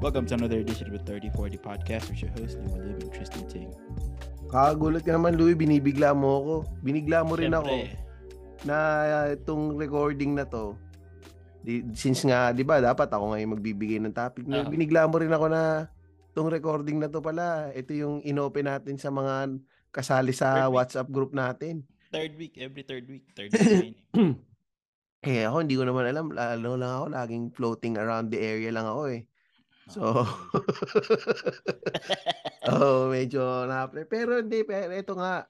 Welcome to another edition of the 3040 Podcast with your host, Louie Lib and Tristan Ting. Kakagulat ka naman, Louie. Binibigla mo ako. Binigla mo rin ako Siyempre, na itong recording na to. Di, since nga, di ba, dapat ako ngayon magbibigay ng topic. Ah. na Binigla mo rin ako na itong recording na to pala. Ito yung inopen natin sa mga kasali sa Perfect. WhatsApp group natin. third week, every third week, third week training. Eh ako, hindi ko naman alam. Lalo lang ako, laging floating around the area lang ako eh. So, oh, medyo na Pero hindi, pero ito nga.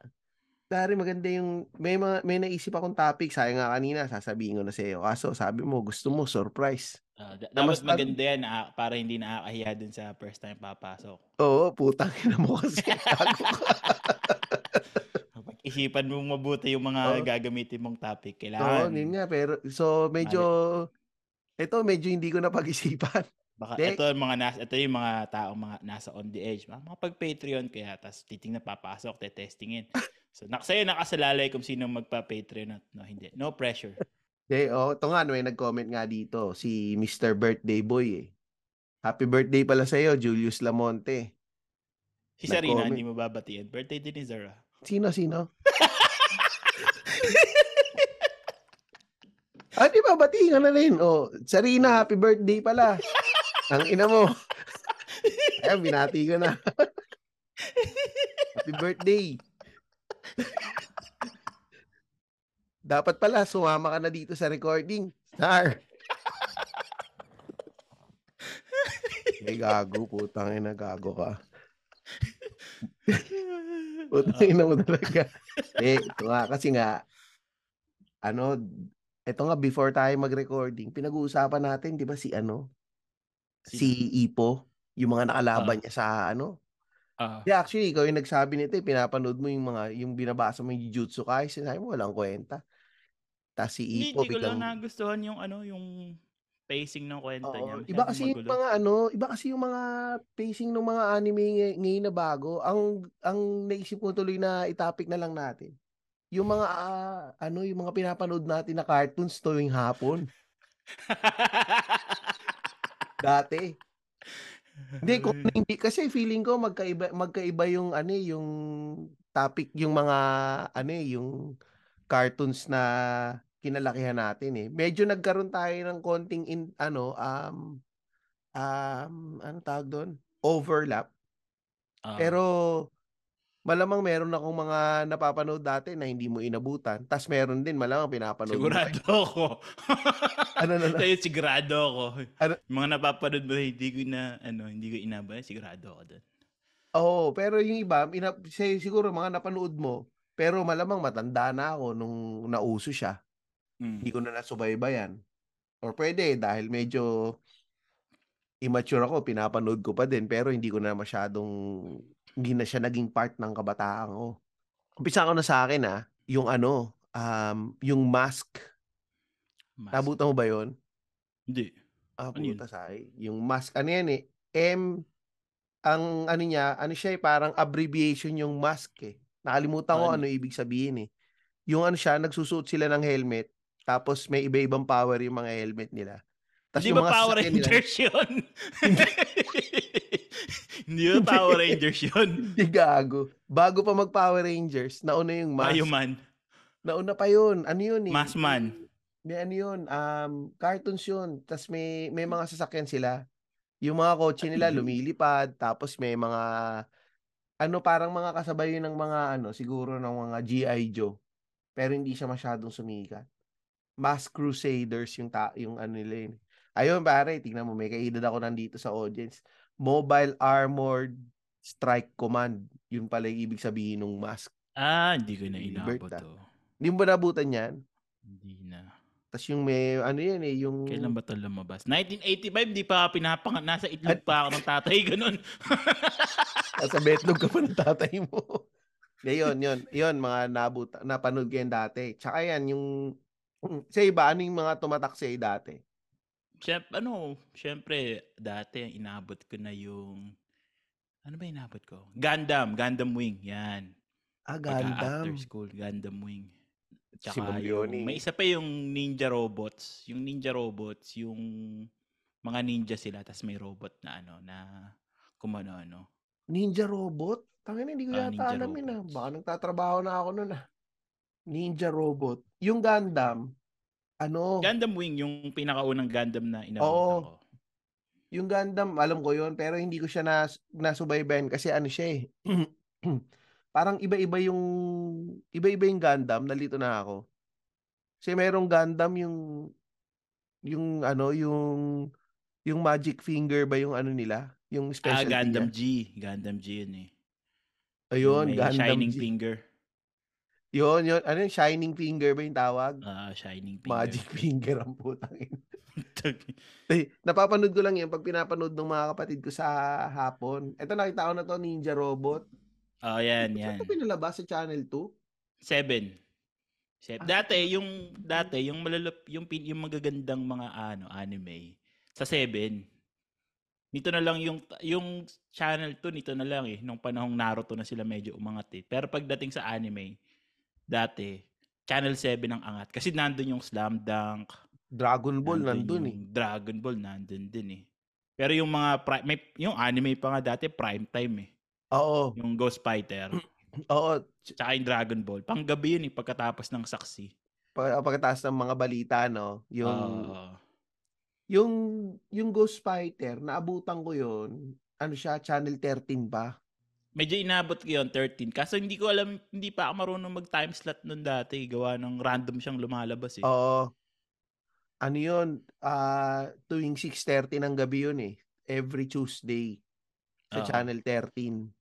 Dari maganda yung may mga may naisip akong topic sayang nga kanina sasabihin ko na sa iyo. Kaso sabi mo gusto mo surprise. Ah, da- Na mas dapat maganda yan ah, para hindi nakakahiya dun sa first time papasok. Oo, putang ina mo kasi. Gago ka. Pag-isipan mo mabuti yung mga Oo. gagamitin mong topic. Oh. Oo, Kailangan, yun nga pero so medyo ito medyo hindi ko na pag-isipan. baka Dek. ito yung mga nas, ito yung mga tao mga nasa on the edge. Mga, mga pag Patreon kaya tapos titingnan papasok, tetestingin. So nak sa'yo nakasalalay kung sino magpa-Patreon at no hindi. No pressure. Eh, oh, ito nga may nag-comment nga dito si Mr. Birthday Boy eh. Happy birthday pala sa iyo, Julius Lamonte. Si Sarina Nag-comment. hindi mo babatiin. Birthday din ni Zara. Sino sino? Ah, di ba? Batiin ka na rin. Oh, Sarina, happy birthday pala. Ang ina mo. Ayan, binati ko na. happy birthday. Dapat pala, sumama ka na dito sa recording. Star. Ay, gago. Putang ina, gago ka. Putang ina mo talaga. Ah. eh, ito nga, kasi nga, ano, ito nga, before tayo mag-recording, pinag-uusapan natin, di ba, si ano, si E. Ipo, yung mga nakalaban niya sa ano. Ah, Yeah, actually, ikaw yung nagsabi nito, eh, pinapanood mo yung mga, yung binabasa mo yung Jujutsu Kaisen, sabi mo, walang kwenta. Tapos si hindi, Ipo, hindi ko lang biglang, nagustuhan yung ano, yung pacing ng kwento Oo, niya. Masyadong iba kasi yung magulo. mga ano, iba kasi yung mga pacing ng mga anime ngay- ngayon na bago. Ang ang naisip ko tuloy na itopic na lang natin. Yung mga ah, ano, yung mga pinapanood natin na cartoons tuwing hapon dati. Hindi ko Mm. hindi kasi feeling ko magkaiba magkaiba yung ano eh, yung topic yung mga ano eh, yung cartoons na kinalakihan natin eh. Medyo nagkaroon tayo ng konting in, ano um um ano tawag doon? Overlap. Ah, Pero malamang meron akong mga napapanood dati na hindi mo inabutan. Tapos meron din malamang pinapanood. mo pa. sigurado ako. Ano na na? Sa'yo, sigurado ako. Ano? Mga napapanood mo, hindi ko na, ano, hindi ko inaba, sigurado ako doon. Oo, pero yung iba, ina, si- siguro mga napanood mo, pero malamang matanda na ako nung nauso siya. Mm. Hindi ko na nasubaybayan. Or pwede, dahil medyo immature ako, pinapanood ko pa din, pero hindi ko na masyadong, hindi na siya naging part ng kabataan ko. Umpisa ko na sa akin ah, yung ano, um, yung mask. Mas- Nabutan mo ba yun? Hindi. Ah, Ano yun? puta say. Yung mask, ano yan eh, M, ang ano niya, ano siya eh, parang abbreviation yung mask eh. Nakalimutan ko Ano? ano ibig sabihin eh. Yung ano siya, nagsusuot sila ng helmet, tapos may iba-ibang power yung mga helmet nila. Tas Hindi yung ba mga Power sasakyan nila- Rangers yun? Hindi ba Power Rangers yun? Hindi gago. Bago pa mag-Power Rangers, nauna yung mask. Tayo man. Nauna pa yun. Ano yun eh? Mask man. May ano yun, um, cartoons yun. Tapos may, may Hmm. mga sasakyan sila. Yung mga kotse nila Ano yun? lumilipad. Tapos may mga, ano parang mga kasabay yun ng mga ano, siguro ng mga G.I. Joe. Pero hindi siya masyadong sumikat. Mass Crusaders yung, ta- yung ano nila yun. Ayun pare, tingnan mo, may kaedad ako nandito sa audience. Mobile Armored Strike Command. Yun pala yung ibig sabihin ng mask. Ah, hindi ko na Libert inabot ah. to. Hindi mo ba nabutan yan? Hindi na. Tapos yung may, ano yan eh, yung... Kailan ba ito lumabas? 1985, di pa pinapang... Nasa itlog pa ako ng tatay, ganun. Nasa betlog ka pa ng tatay mo. De, yun, yun. Yun, mga nabuta, napanood ko yan dati. Tsaka yan, yung... Sa iba, ano yung mga tumatak sa'yo dati? Siyempre, ano, siyempre, dati ang inabot ko na yung... Ano ba inabot ko? Gundam, Gundam Wing, yan. Ah, Pagka Gundam. After school, Gundam Wing. Ma'am Tsaka yung, Leonie. may isa pa yung Ninja Robots. Yung Ninja Robots, yung mga ninja sila tapos may robot na ano na kumano ano. Ninja robot? Tangina, hindi ko Ah, yata ninja alam yun ah. robots. Baka nagtatrabaho na ako nun ah. Ninja robot. Yung Gundam, ano, Gundam Wing yung pinakaunang Gundam na inabot Oo. ko. yung Gundam, alam ko yun, pero hindi ko siya nas, nasubaybayan kasi ano siya eh. Parang iba-iba yung, iba-iba yung Gundam, nalito na ako. Kasi merong Gundam yung, yung ano, yung, yung Magic Finger ba yung ano nila? Ah, Yung specialty Gundam niya. G. Gundam G yun eh. Ayun, May Gundam Shining G. Finger. Yun, yun. Ano yung Shining Finger ba yung tawag? Ah, Shining Finger. Magic Finger ang putang ina. Tag- Eh, napapanood ko lang yun pag pinapanood ng mga kapatid ko sa hapon. Ito nakita ko na to, Ninja Robot. Oh, yan, Saan yan. ito pinalabas sa Channel 2? Seven. Se- Ah. Dati, yung, dati, yung malalap, yung, pin- yung magagandang mga ano, anime, sa seven. Nito na lang yung, yung channel to, nito na lang eh. Nung panahong Naruto na sila medyo umangat eh. Pero pagdating sa anime, dati, channel 7 ang angat. Kasi nandun yung Slam Dunk, Dragon Ball nandun eh. yung Dragon Ball nandun din eh. Pero yung mga, pri- may, yung anime pa nga dati, prime time eh. Oo, Yung Ghost Fighter. oo. Tsaka yung Dragon Ball. Panggabi yun eh, pagkatapos ng saksi. Pa- Pagkataas ng mga balita, no? Yung, Oo. yung, yung Ghost Fighter, naabutan ko yun. Ano siya, Channel 13 ba? medyo inabot ko yun, 13. Kaso hindi ko alam, hindi pa ako marunong mag-time slot nun dati. eh. Gawa ng random siyang lumalabas eh. Oo. Ano yun? Ah, tuwing 6.30 ng gabi yun eh. Every Tuesday sa Oo. Channel 13.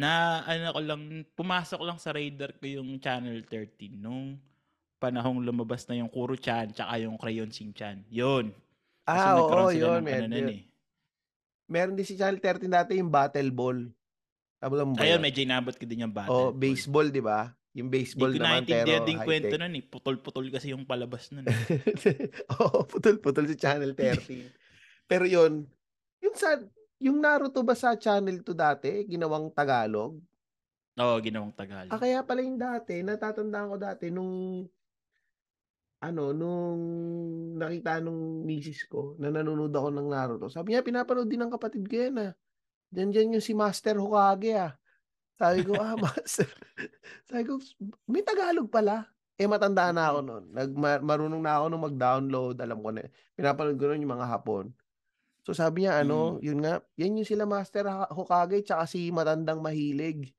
Na ano ko lang, pumasok lang sa radar ko yung Channel 13 nung panahong lumabas na yung Kuro-chan tsaka yung Crayon Shin-chan. Yun. Kasi Ah, nagkaroon oo, sila yun. ng ano Meron, nun yun. eh. meron din si Channel 13 dati yung Battle Ball. Alam mo ba? Ayun, yun? medyo inabot ko din yung battle. oh, ball. baseball, di ba? Yung baseball Hindi ko naman, pero naintindihan din kwento high-tech. nun eh. Putol-putol kasi yung palabas nun eh. Oo, putol-putol si Channel 13. pero yun, yung sa, yung Naruto ba sa Channel 2 dati, ginawang Tagalog? Oo, ginawang Tagalog. Ah, kaya pala yung dati, natatandaan ko dati nung ano, nung nakita nung misis ko na nanonood ako ng Naruto. Sabi niya, pinapanood din ng kapatid ko yan ah. Diyan diyan yung si Master Hokage ah. Sabi ko, ah, Master. Sabi ko, may Tagalog pala. Eh, matanda na ako noon. Nag, ma- marunong na ako nung mag-download. Alam ko na. Pinapanood ko noon yung mga hapon. So sabi niya, ano, yun nga, yan yung sila Master Hokage tsaka si matandang mahilig.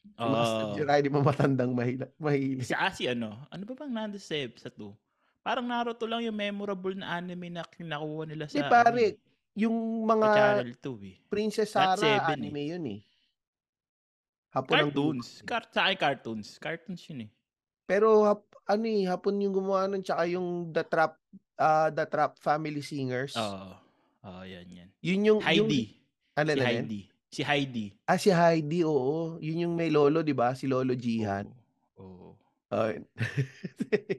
Si Master Oo. Jiraiya, di ba matandang mahila- mahilig? Kasi kasi ano, ano ba bang nando sa sa 2? Parang Naruto lang yung memorable na anime na kinakuha nila sa, Hindi, pare. ano, eh, Yung sa mga Channel 2 eh. Princess That's Sarah seven, anime yun eh. Hapon ang Cartoons. gumawa. Car sa akin, cartoons. Cartoons yun eh. Pero hap, ano eh, hapon yung gumawa nun tsaka yung The Trap ah, The Trap Family Singers. Oo. Oo, yan, yan. Yun yung Yung, Heidi. ano Si na yun? Heidi. Si Heidi. Ah, si Heidi, oo. Yun yung may lolo, di ba? Si Lolo Jihan. Oo. Oo. Ayun.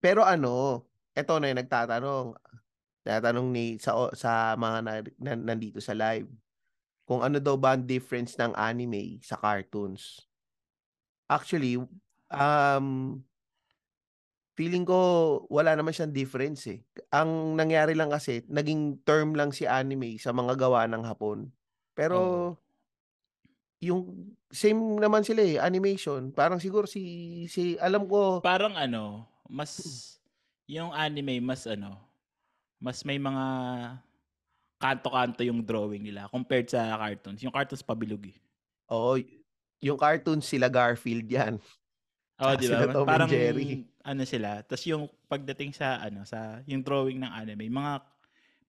Pero ano, eto na yung nagtatanong. Tatanong ni sa o- sa mga na, na- nandito sa live kung ano daw ba ang difference ng anime sa cartoons. Actually, um feeling ko wala naman siyang difference eh. Ang nangyari lang kasi, naging term lang si anime sa mga gawa ng Hapon. Pero Oo. yung same naman sila eh, animation. Parang siguro si si alam ko Parang ano, mas yung anime mas ano, mas may mga kanto-kanto yung drawing nila compared sa cartoons. Yung cartoons pabilog eh. oo, yung cartoons sila Garfield 'yan. Oh, Tsaka di sila ba? Tom and Parang Jerry. ano sila. Tapos yung pagdating sa ano sa yung drawing ng anime, mga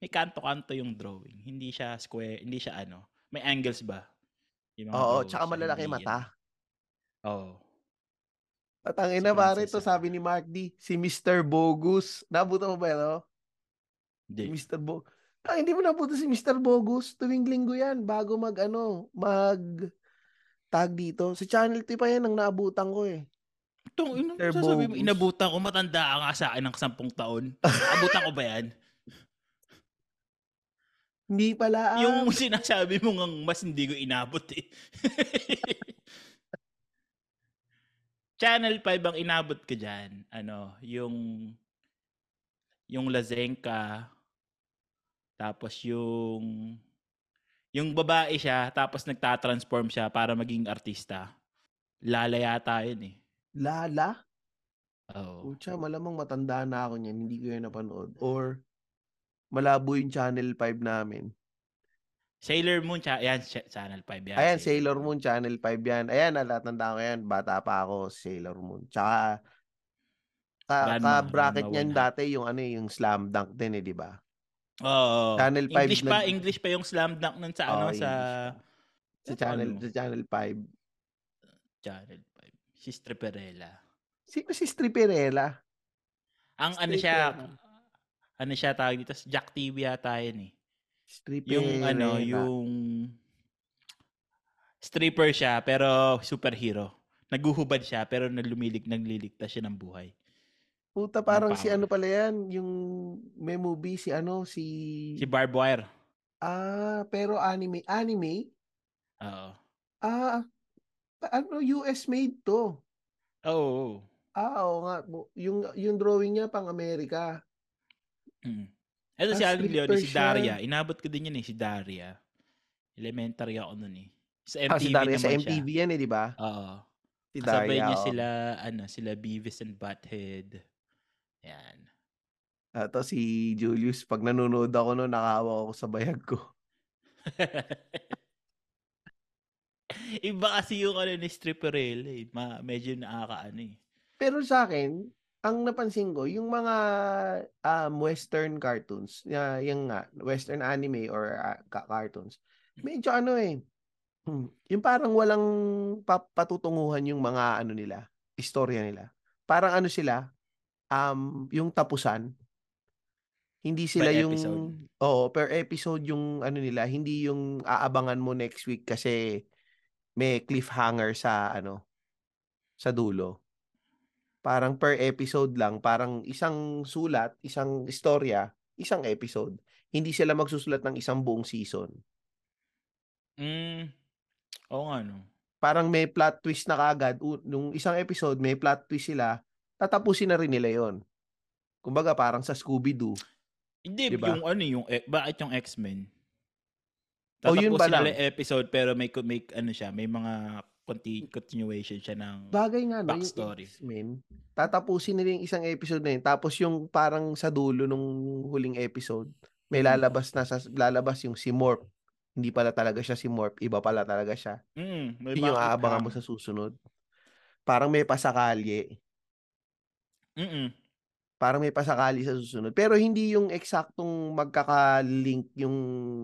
may kanto-kanto yung drawing. Hindi siya square, hindi siya ano. May angles ba? Yung mga Oo, drawing tsaka siya, malalaki hindi mata. yan. Oo. At ang Si ina pare, Princess to Anne. sabi ni Mark D, si Mr. Bogus. Nabuta mo ba ito? Hindi. Si Mr. Bogus. Ah, hindi mo nabuta si Mr. Bogus. Tuwing linggo yan, bago mag ano, mag tag dito. Sa channel 3 pa yan ang naabutan ko eh. Tong ino Mr. sasabi mo Bogus. inabutan ko matanda ka nga sa akin ng sampung taon. Abutan ko ba 'yan? Hindi pala. Ah. Yung sinasabi mo ngang mas hindi ko inabot eh. Channel 5 ang inabot ko dyan. Ano, yung yung Lazenka, Tapos yung yung babae siya tapos nagta-transform siya para maging artista. Lala yata yun eh. Lala? Oo. Pucha, malamang matanda na ako niyan. Hindi ko yun napanood. Or, malabo yung Channel 5 namin. Sailor Moon, cha- yan, cha- Channel 5 yan. Ayan, Sailor Moon, Channel 5 yan. Ayan, ah, natatanda ko yan. Bata pa ako, Sailor Moon. Tsaka, ka, Ranma, ka-bracket Ranma niyan one, ha? dati yung ano eh, yung slam dunk din eh, di ba? Oo. Channel 5 English pa, nag- English pa yung slam dunk nun sa ano, Oo, sa English pa. Sa Ito, channel, ano? sa channel 5. Channel 5. Si Stripperella. Sino si Stripperella? Ang ano Straight siya, lang. ano siya tawag dito, Jack TV yata yun eh. Stripperella. Yung ano, yung stripper siya pero superhero. Naguhubad siya pero nalumilig, nagliligtas siya ng buhay. Puta, parang si power. ano pala yan. Yung may movie, si ano, si... Si Barb Wire. Ah, pero anime. Anime? Oo. Ah, pa- ano, US made to. Oo. Ah, oo nga. Bu- Yung, yung drawing niya pang Amerika. Oh, mm. Ito Ah, si Alan Leone, stripper si siya. Daria. Inabot ko din yun eh, si Daria. Elementary ako nun eh. Sa MTV ah, si Daria naman sa siya. MTV yan eh, di ba? Oo. Si Kasabay Daria, niya oo. sila, ano, sila Beavis and Butthead. Yan. Ah, to si Julius, pag nanonood ako no, nakawa ako sa bayag ko. Iba kasi yung ano ni Stripperella eh. Ma, medyo nakakaano eh. Pero sa akin, ang napansin ko, yung mga um, western cartoons, ya yung nga, western anime or ah, ka- cartoons, medyo ano eh, hmm, yung parang walang pa- patutunguhan yung mga ano nila, istorya nila. Parang ano sila, um, yung tapusan, hindi sila yung episode. oo per episode yung ano nila hindi yung aabangan mo next week kasi may cliffhanger sa ano sa dulo parang per episode lang parang isang sulat isang istorya isang episode hindi sila magsusulat ng isang buong season Mm. Oo nga no. parang may plot twist na kagad U- nung isang episode may plot twist sila tatapusin na rin nila yon kumbaga parang sa Scooby-Doo Hindi, Diba? yung ano yung, eh, bakit yung X-Men? Oh, yun Tatapusin ba nila lang? yung episode pero may, co- may ano siya, may mga conti- continuation siya ng... Bagay nga, no? Backstory. Yung X-Men, tatapusin nila yung isang episode na yun. Tapos yung parang sa dulo nung huling episode, may lalabas na sa, lalabas yung si Morph. Hindi pala talaga siya si Morph. Iba pala talaga siya. mm, may Yun mga yung aabangan mo cliffhanger. sa susunod. Parang may pasakalye. Mm-mm. Parang may pasakali sa susunod. Pero hindi yung eksaktong magkaka-link yung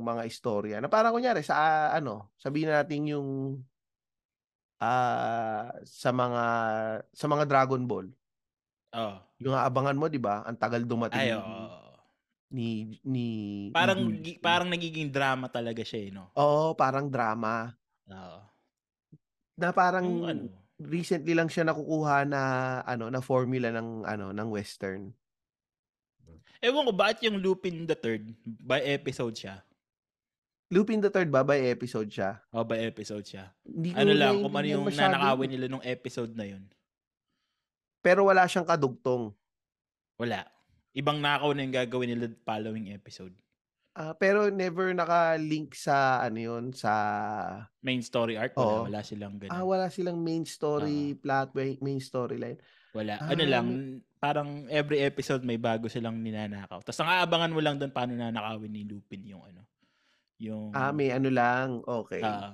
mga istorya. Na parang kunyari sa ah, ano, sabihin na natin yung ah sa mga sa mga Dragon Ball. Oh. Yung aabangan mo, 'di ba? Ang tagal dumating Ay, ni- oo. ni ni Parang, ni- gi- parang nagiging drama talaga siya eh, no? Oo, parang drama. Oo. Na parang Yung ano? recently lang siya nakukuha na ano, na formula ng ano, ng western. Ewan ko, bakit yung Lupin the Third? By episode siya? Lupin the Third ba by episode siya? O, Oh, by episode siya? Hindi ko Ano lang, kung ano naiintindihan yung masyado. nanakawin nila nung episode na yun. Pero wala siyang kadugtong. Wala. Ibang nakaw na yung gagawin nila following episode. Ah, pero never naka-link sa ano 'yun sa Main story arc, wala, Oo. wala silang ganun. ah wala silang main Ah. story plot way- main storyline. Wala. Ano Ah, lang, parang every episode may bago silang ninanakaw. Tapos ang aabangan mo lang doon paano nanakawin ni Lupin yung ano. Yung... Ah, may ano lang. Okay. Mm. ah,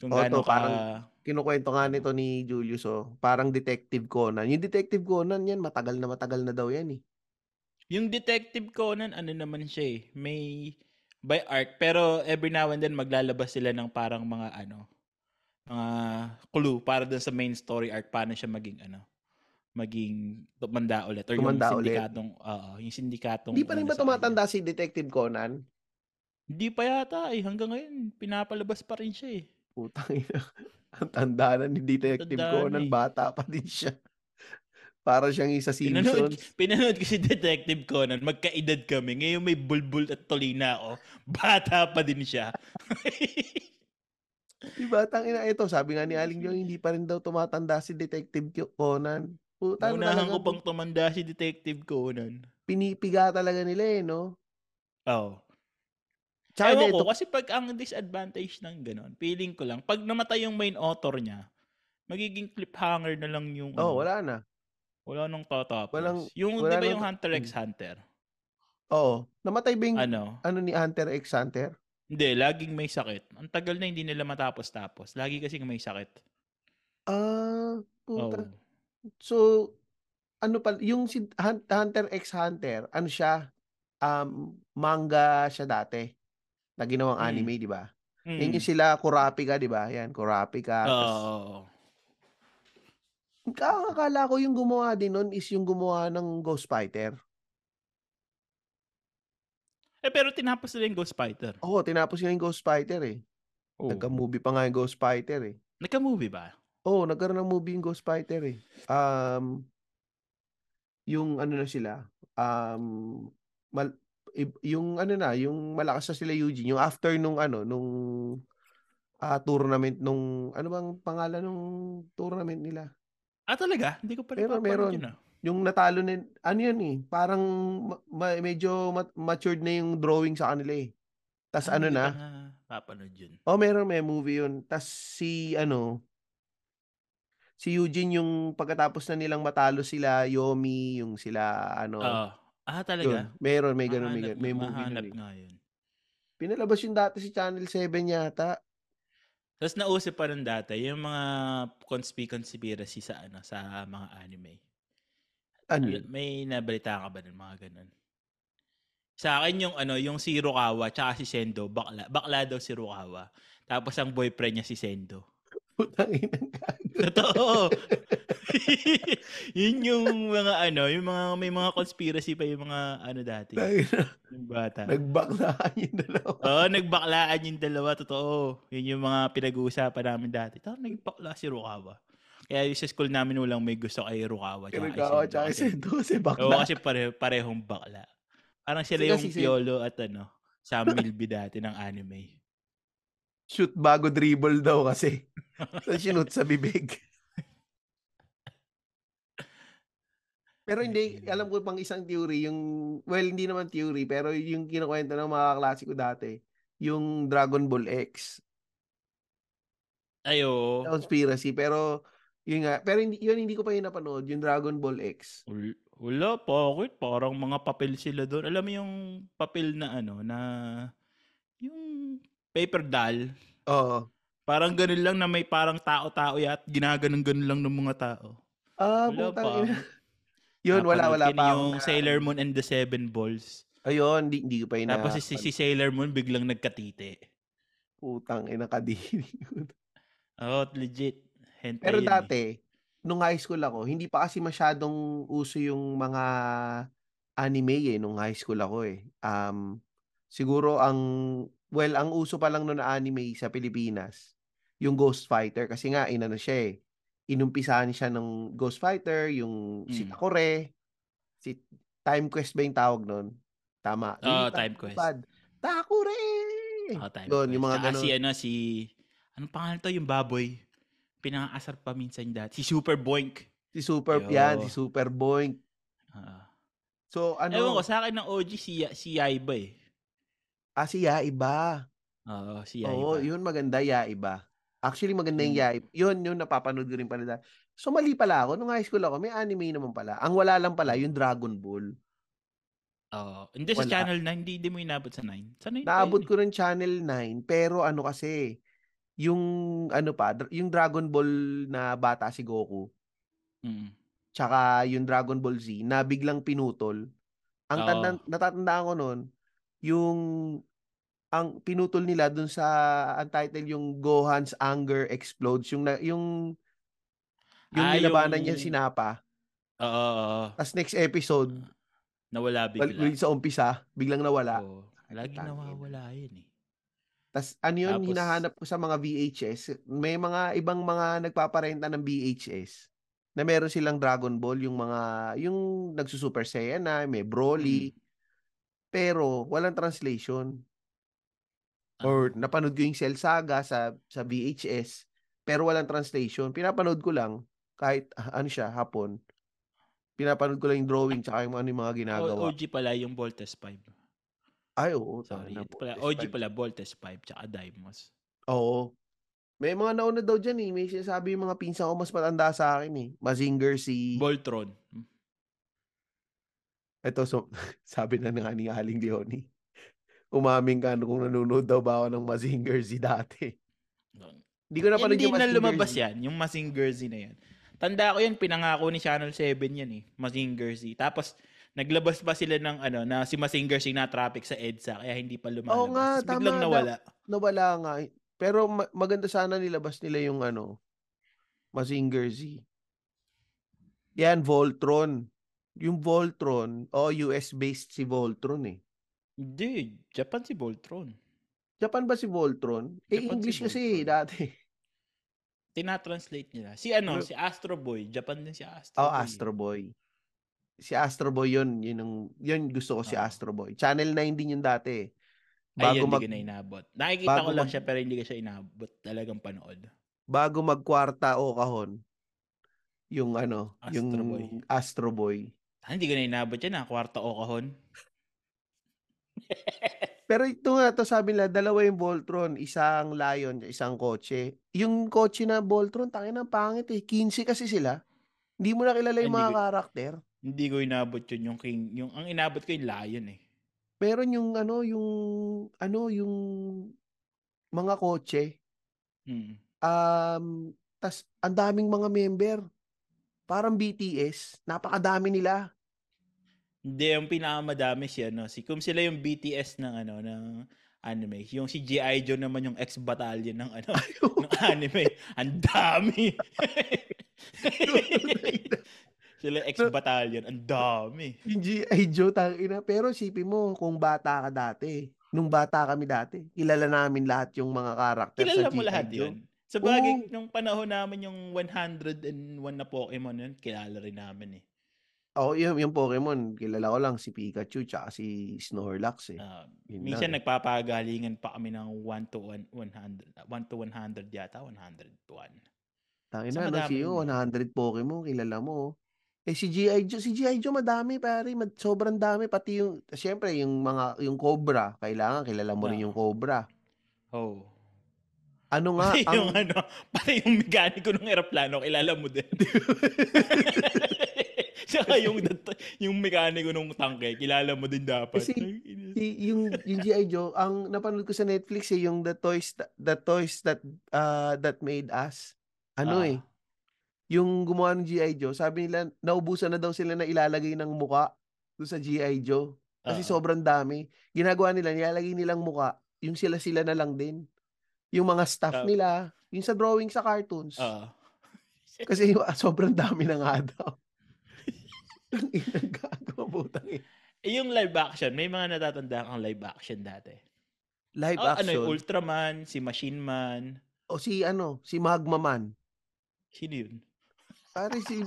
kung Oo, gaano to, ka... parang- kinukwento nga nito ni Julius oh, parang Detective Conan. Yung Detective Conan yan, matagal na matagal na daw yan eh. Yung Detective Conan, ano naman siya eh. May... By arc. Pero every now and then maglalabas sila ng parang mga ano. Mga clue para doon sa main story arc. Paano siya maging ano magiging tumanda ulit or Tumanda yung ulit. sindikatong oo, yung sindikatong Hindi pa rin ano ba sa kanya. tumatanda si Detective Conan? Hindi pa yata eh. Hanggang ngayon, pinapalabas pa rin siya eh. Putang ina. Ang tanda na ni Detective Tanda na Conan, eh. bata pa din siya. Para siyang isa Pinanood, Simpsons. pinanood ko si Detective Conan, magkaedad kami. Ngayon may bulbul at tolina ako. Bata pa din siya. Di batang ina ito, sabi nga ni Aling Leon, hindi pa rin daw tumatanda si Detective Conan. Puta, ano Unahan talaga, ko pang tumanda si Detective Conan. pinipiga talaga nila eh, no? Oh. Tsaka Ewan ito, ko, kasi pag ang disadvantage ng ganun, feeling ko lang, pag namatay yung main author niya, magiging cliffhanger na lang yung... oh, ano, wala na. Wala nung tatapos. Walang- yung, wala di ba nang- Hmm. yung Hunter x Hunter? Oo. Namatay ba yung Ano? ano ni Hunter x Hunter? Hindi, laging may sakit. Ang tagal na hindi nila matapos-tapos. Lagi kasing may sakit. Ah, Oh. puta. So, ano pa, yung si Hun- Hunter x Hunter, ano siya, um, manga siya dati na ginawang Mm. anime, di ba? Mm. Yan yung sila, Kurapika, di ba? Yan, Kurapika. Oo, Tapos, oo, oo. Ka- Akala ko yung gumawa din nun is yung gumawa ng Ghost Fighter. Eh, pero tinapos nila yung Ghost Fighter. Oo, tinapos nga yung Ghost Fighter eh. Oh. Nagka-movie pa nga yung Ghost Fighter eh. Nagka-movie ba? Oo, Oh, nagkaroon ng movie yung Ghost Fighter eh. Um, yung ano na sila, um, mal- i- yung ano na, yung malakas na sila Eugene, yung after nung ano, nung ah, tournament nung, ano bang pangalan nung tournament nila? Ah, talaga? Hindi ko pa rin Meron, meron. papanood yun ah. yung natalo ni ano yun eh, parang ma- ma- medyo mat- matured na yung drawing sa kanila eh. Tas Ah, ano hindi na, pa Papanood yun. oh meron may movie yun. Tas si ano, si Eugene yung pagkatapos na nilang matalo sila Yomi, yung sila ano, Oo. ah, yun, talaga? meron may ganun, may, Mahanap ganun, may nga- movie mahanap nun eh. nga yun. Pinalabas yung dati si Channel 7 yata. Tapos nausip pa rin dati, yung mga conspiracy sa ano sa mga anime. Ano Al- yun? May nabalita ka ba ng mga ganun? Sa akin yung ano, yung si Rukawa tsaka si Sendo, bakla, bakla daw si Rukawa. Tapos ang boyfriend niya si Sendo. Putang ina ka. Totoo. yun yung mga ano, yung mga may mga conspiracy pa yung mga ano dati, yung bata. Nagbaklaan yung dalawa. Oo, nagbaklaan yung dalawa, totoo. Yun yung mga pinag-uusapan namin dati. Tapos nagbakla si Rukawa. Kaya yung sa school namin walang may gusto kay Rukawa. tsaka kay Kinagawa Sendo tsaka kasi- si Sendo, si Oo, Bakla. kasi pare, parehong bakla. Parang sila Kasi yung si Sen- Piolo at ano, Sam Milby dati ng anime. shoot bago dribble daw kasi. Sa shoot sa bibig. Pero hindi, Ayun. alam ko pang isang theory, yung, well, hindi naman theory, pero yung kinukwento ng mga klasiko dati, yung Dragon Ball X. Ayo. Conspiracy, pero, yun nga, pero hindi, yun hindi ko pa yun napanood, yung Dragon Ball X. Wala, bakit? Parang mga papel sila doon. Alam mo yung papel na ano, na yung paper doll. Oo. Parang ganun lang na may parang tao-tao yat. Ginaganon-ganon lang ng mga tao. Ah, Wala putang pa. ina. Yun, wala, Napanood ko wala pa. yun, akong Yung na- Sailor Moon and the Seven Balls. Ayun, hindi, hindi ko pa yun Tapos si, si Sailor Moon biglang nagkatite. Putang ina, kadiri ko. Oh, legit. Hentai Pero yun eh. dati, nung high school ako, hindi pa kasi masyadong uso yung mga anime eh, nung high school ako eh. Um, siguro ang, well, ang uso pa lang nun na anime sa Pilipinas, yung Ghost Fighter. Kasi nga, inano siya eh. Inumpisahan siya ng Ghost Fighter, yung si Mm. Takore, si Time Quest ba yung tawag nun? Oo, Tama. Ah, Lilipad, Time Quest. lilipad. Takore! Oh, time Yun, yung mga Tsaka ganun. si ano, si... Anong pangalan to? Yung baboy. Pinangasar pa minsan dati. Si Super Boink. Si Super, Yo. yan, si Super Boink. Oo. So, Ah. ano? Ewan ko, sa akin ng OG si, Ya- si Yaiba eh. Ah, si Yaiba. Oo, si Yaiba. Oo, yun maganda, Yaiba. Actually, maganda yung Mm. Yaiba. Yun, yun, napapanood ko rin pala. dati. So, mali pala ako. Nung high school ako, may anime naman pala. Ang wala lang pala, yung Dragon Ball. Oo. Hindi sa Wala. Channel 9, hindi, hindi mo inabot sa 9. Sa 9 Naabot ko ng Channel 9, pero ano kasi, yung ano pa, dra- yung Dragon Ball na bata si Goku, Mm. tsaka yung Dragon Ball Z, na biglang pinutol. Ang Oo. tanda, natatandaan ko nun, yung ang pinutol nila dun sa ang title yung Gohan's Anger Explodes yung na, yung yung Ah, nilabanan yung- niya sinapa Oo, oo, oo. tapos next episode Nawala bal- bigla. sa umpisa biglang nawala Oo. Lagi Tangin. nawawala yun eh. tas ano yun Tapos- hinahanap ko sa mga VHS may mga ibang mga nagpaparenta ng VHS na meron silang Dragon Ball yung mga yung nagsusuper Saiyan na may Broly Mm. pero walang translation Ah. or napanood ko yung Cell Saga sa sa VHS pero walang translation. Pinapanood ko lang kahit ah, ano siya hapon. Pinapanood ko lang yung drawing tsaka yung ano yung mga O- ginagawa. OG pala yung Voltes 5. Ay, oo. Sorry. tama na, ito pala, Voltes OG five. pala, Voltes 5, tsaka Dimos. Oo. May mga nauna daw dyan eh. May sinasabi yung mga pinsan ko mas matanda sa akin eh. Mazinger si... Voltron. Ito, so, sabi na nga ni Aling Leonie. Umaming ka ano, kung nanonood daw ba ako ng Mazinger Z dati. Hmm. Hindi ko na pala Hindi na lumabas yan. Yung Mazinger Z na yan. Tanda ko yan, pinangako ni Channel 7 yan eh. Mazinger Z. Tapos, naglabas pa sila ng ano, na si Mazinger Z na traffic sa EDSA, kaya hindi pa lumalabas. Oo nga, Tapos biglang tama, nawala. Nawala nga. eh. Pero ma- maganda sana nilabas nila yung ano, Mazinger Z. Yan, Voltron. Yung Voltron, oh, US-based si Voltron eh. Hindi, Japan si Voltron. Japan ba si Voltron? Eh, Japan si English kasi eh, Voltron. dati. Tinatranslate nila. Si ano, Pero- si Astro Boy. Japan din si Astro Oh, Boy. Astro Boy. Si Astro Boy yun, yun, ang, yun gusto ko si Oo. Astro Boy. Channel 9 din yun dati. eh. Ay, yun, Bago, mag, hindi ko na inabot. Nakikita bago ko lang mag- siya, pero hindi ko siya inabot talagang panood. bago magkwarta o kahon. Yung ano, Astro yung Boy. Astro Boy. Ah, hindi ko na inabot yan, ah. Kwarta o kahon. Pero ito nga, to sabi nila, dalawa yung Voltron, isang Lion, isang kotse. Yung kotse na Voltron, tangin ang pangit eh. 15 kasi sila. Hindi mo na kilala yung Hindi mga ko- karakter. Hindi ko inabot yun. Yung king, yung, ang inabot ko yung lion eh. Meron yung ano, yung, ano, yung mga kotse. Mm. Um, tas, ang daming mga member. Parang BTS. Napakadami nila. Hindi, yung pinakamadami si ano, si, kung sila yung BTS ng ano, ng anime. Yung si G.I. Joe naman yung ex-battalion ng ano, ng anime. Ang dami! sila ex-battalion. Ang dami. Yung G.I. Joe, tangina. Pero sipin mo, kung bata ka dati, nung bata kami dati, kilala namin lahat yung mga karakter Kilala sa mo G.I. lahat Joe. yun. Sa bagay, Oo. nung panahon namin yung 101 na Pokemon yun, kilala rin namin eh. Oo, yung, yung Pokemon, kilala ko lang si Pikachu tsaka si Snorlax eh. Ah, Yun minsan lang eh. nagpapagalingan pa kami ng 1 to 1, 100, 1 to 100 yata, 101. Tangina, sa no, si madami Yo, yun 100 Pokemon, kilala mo. oh. Eh si G.I. Joe, si G.I. Joe madami pare, mad, sobrang dami pati yung siyempre yung mga yung Cobra, kailangan kilala mo rin Oo. yung Cobra. Oh. Ano nga Pati yung ang ano, pati yung mekaniko ng eroplano, kilala mo din. Tsaka yung, dat- yung mekaniko ng tangke, kilala mo din dapat. Kasi- Ay, inis- y- yung yung G.I. Joe, ang napanood ko sa Netflix eh, yung The Toys Tha- The Toys That uh, That Made Us. Ano Ah. eh, yung gumawa ng G.I. Joe, sabi nila naubusan na daw sila na ilalagay ng muka doon sa G.I. Joe. Kasi Oo. sobrang dami. Ginagawa nila, nilalagay nilang muka, yung sila-sila na lang din. Yung mga Ah. staff nila, yung sa drawing sa cartoons. Oo. Kasi yung- ah, sobrang dami na nga daw. Ang inang gago, putang ina. Eh, yung live action, may mga natatanda kang live action dati. Live Oh, ano action. yung Ultraman, si Machine Man, o si ano, si Magma Man. sino yun? Pare si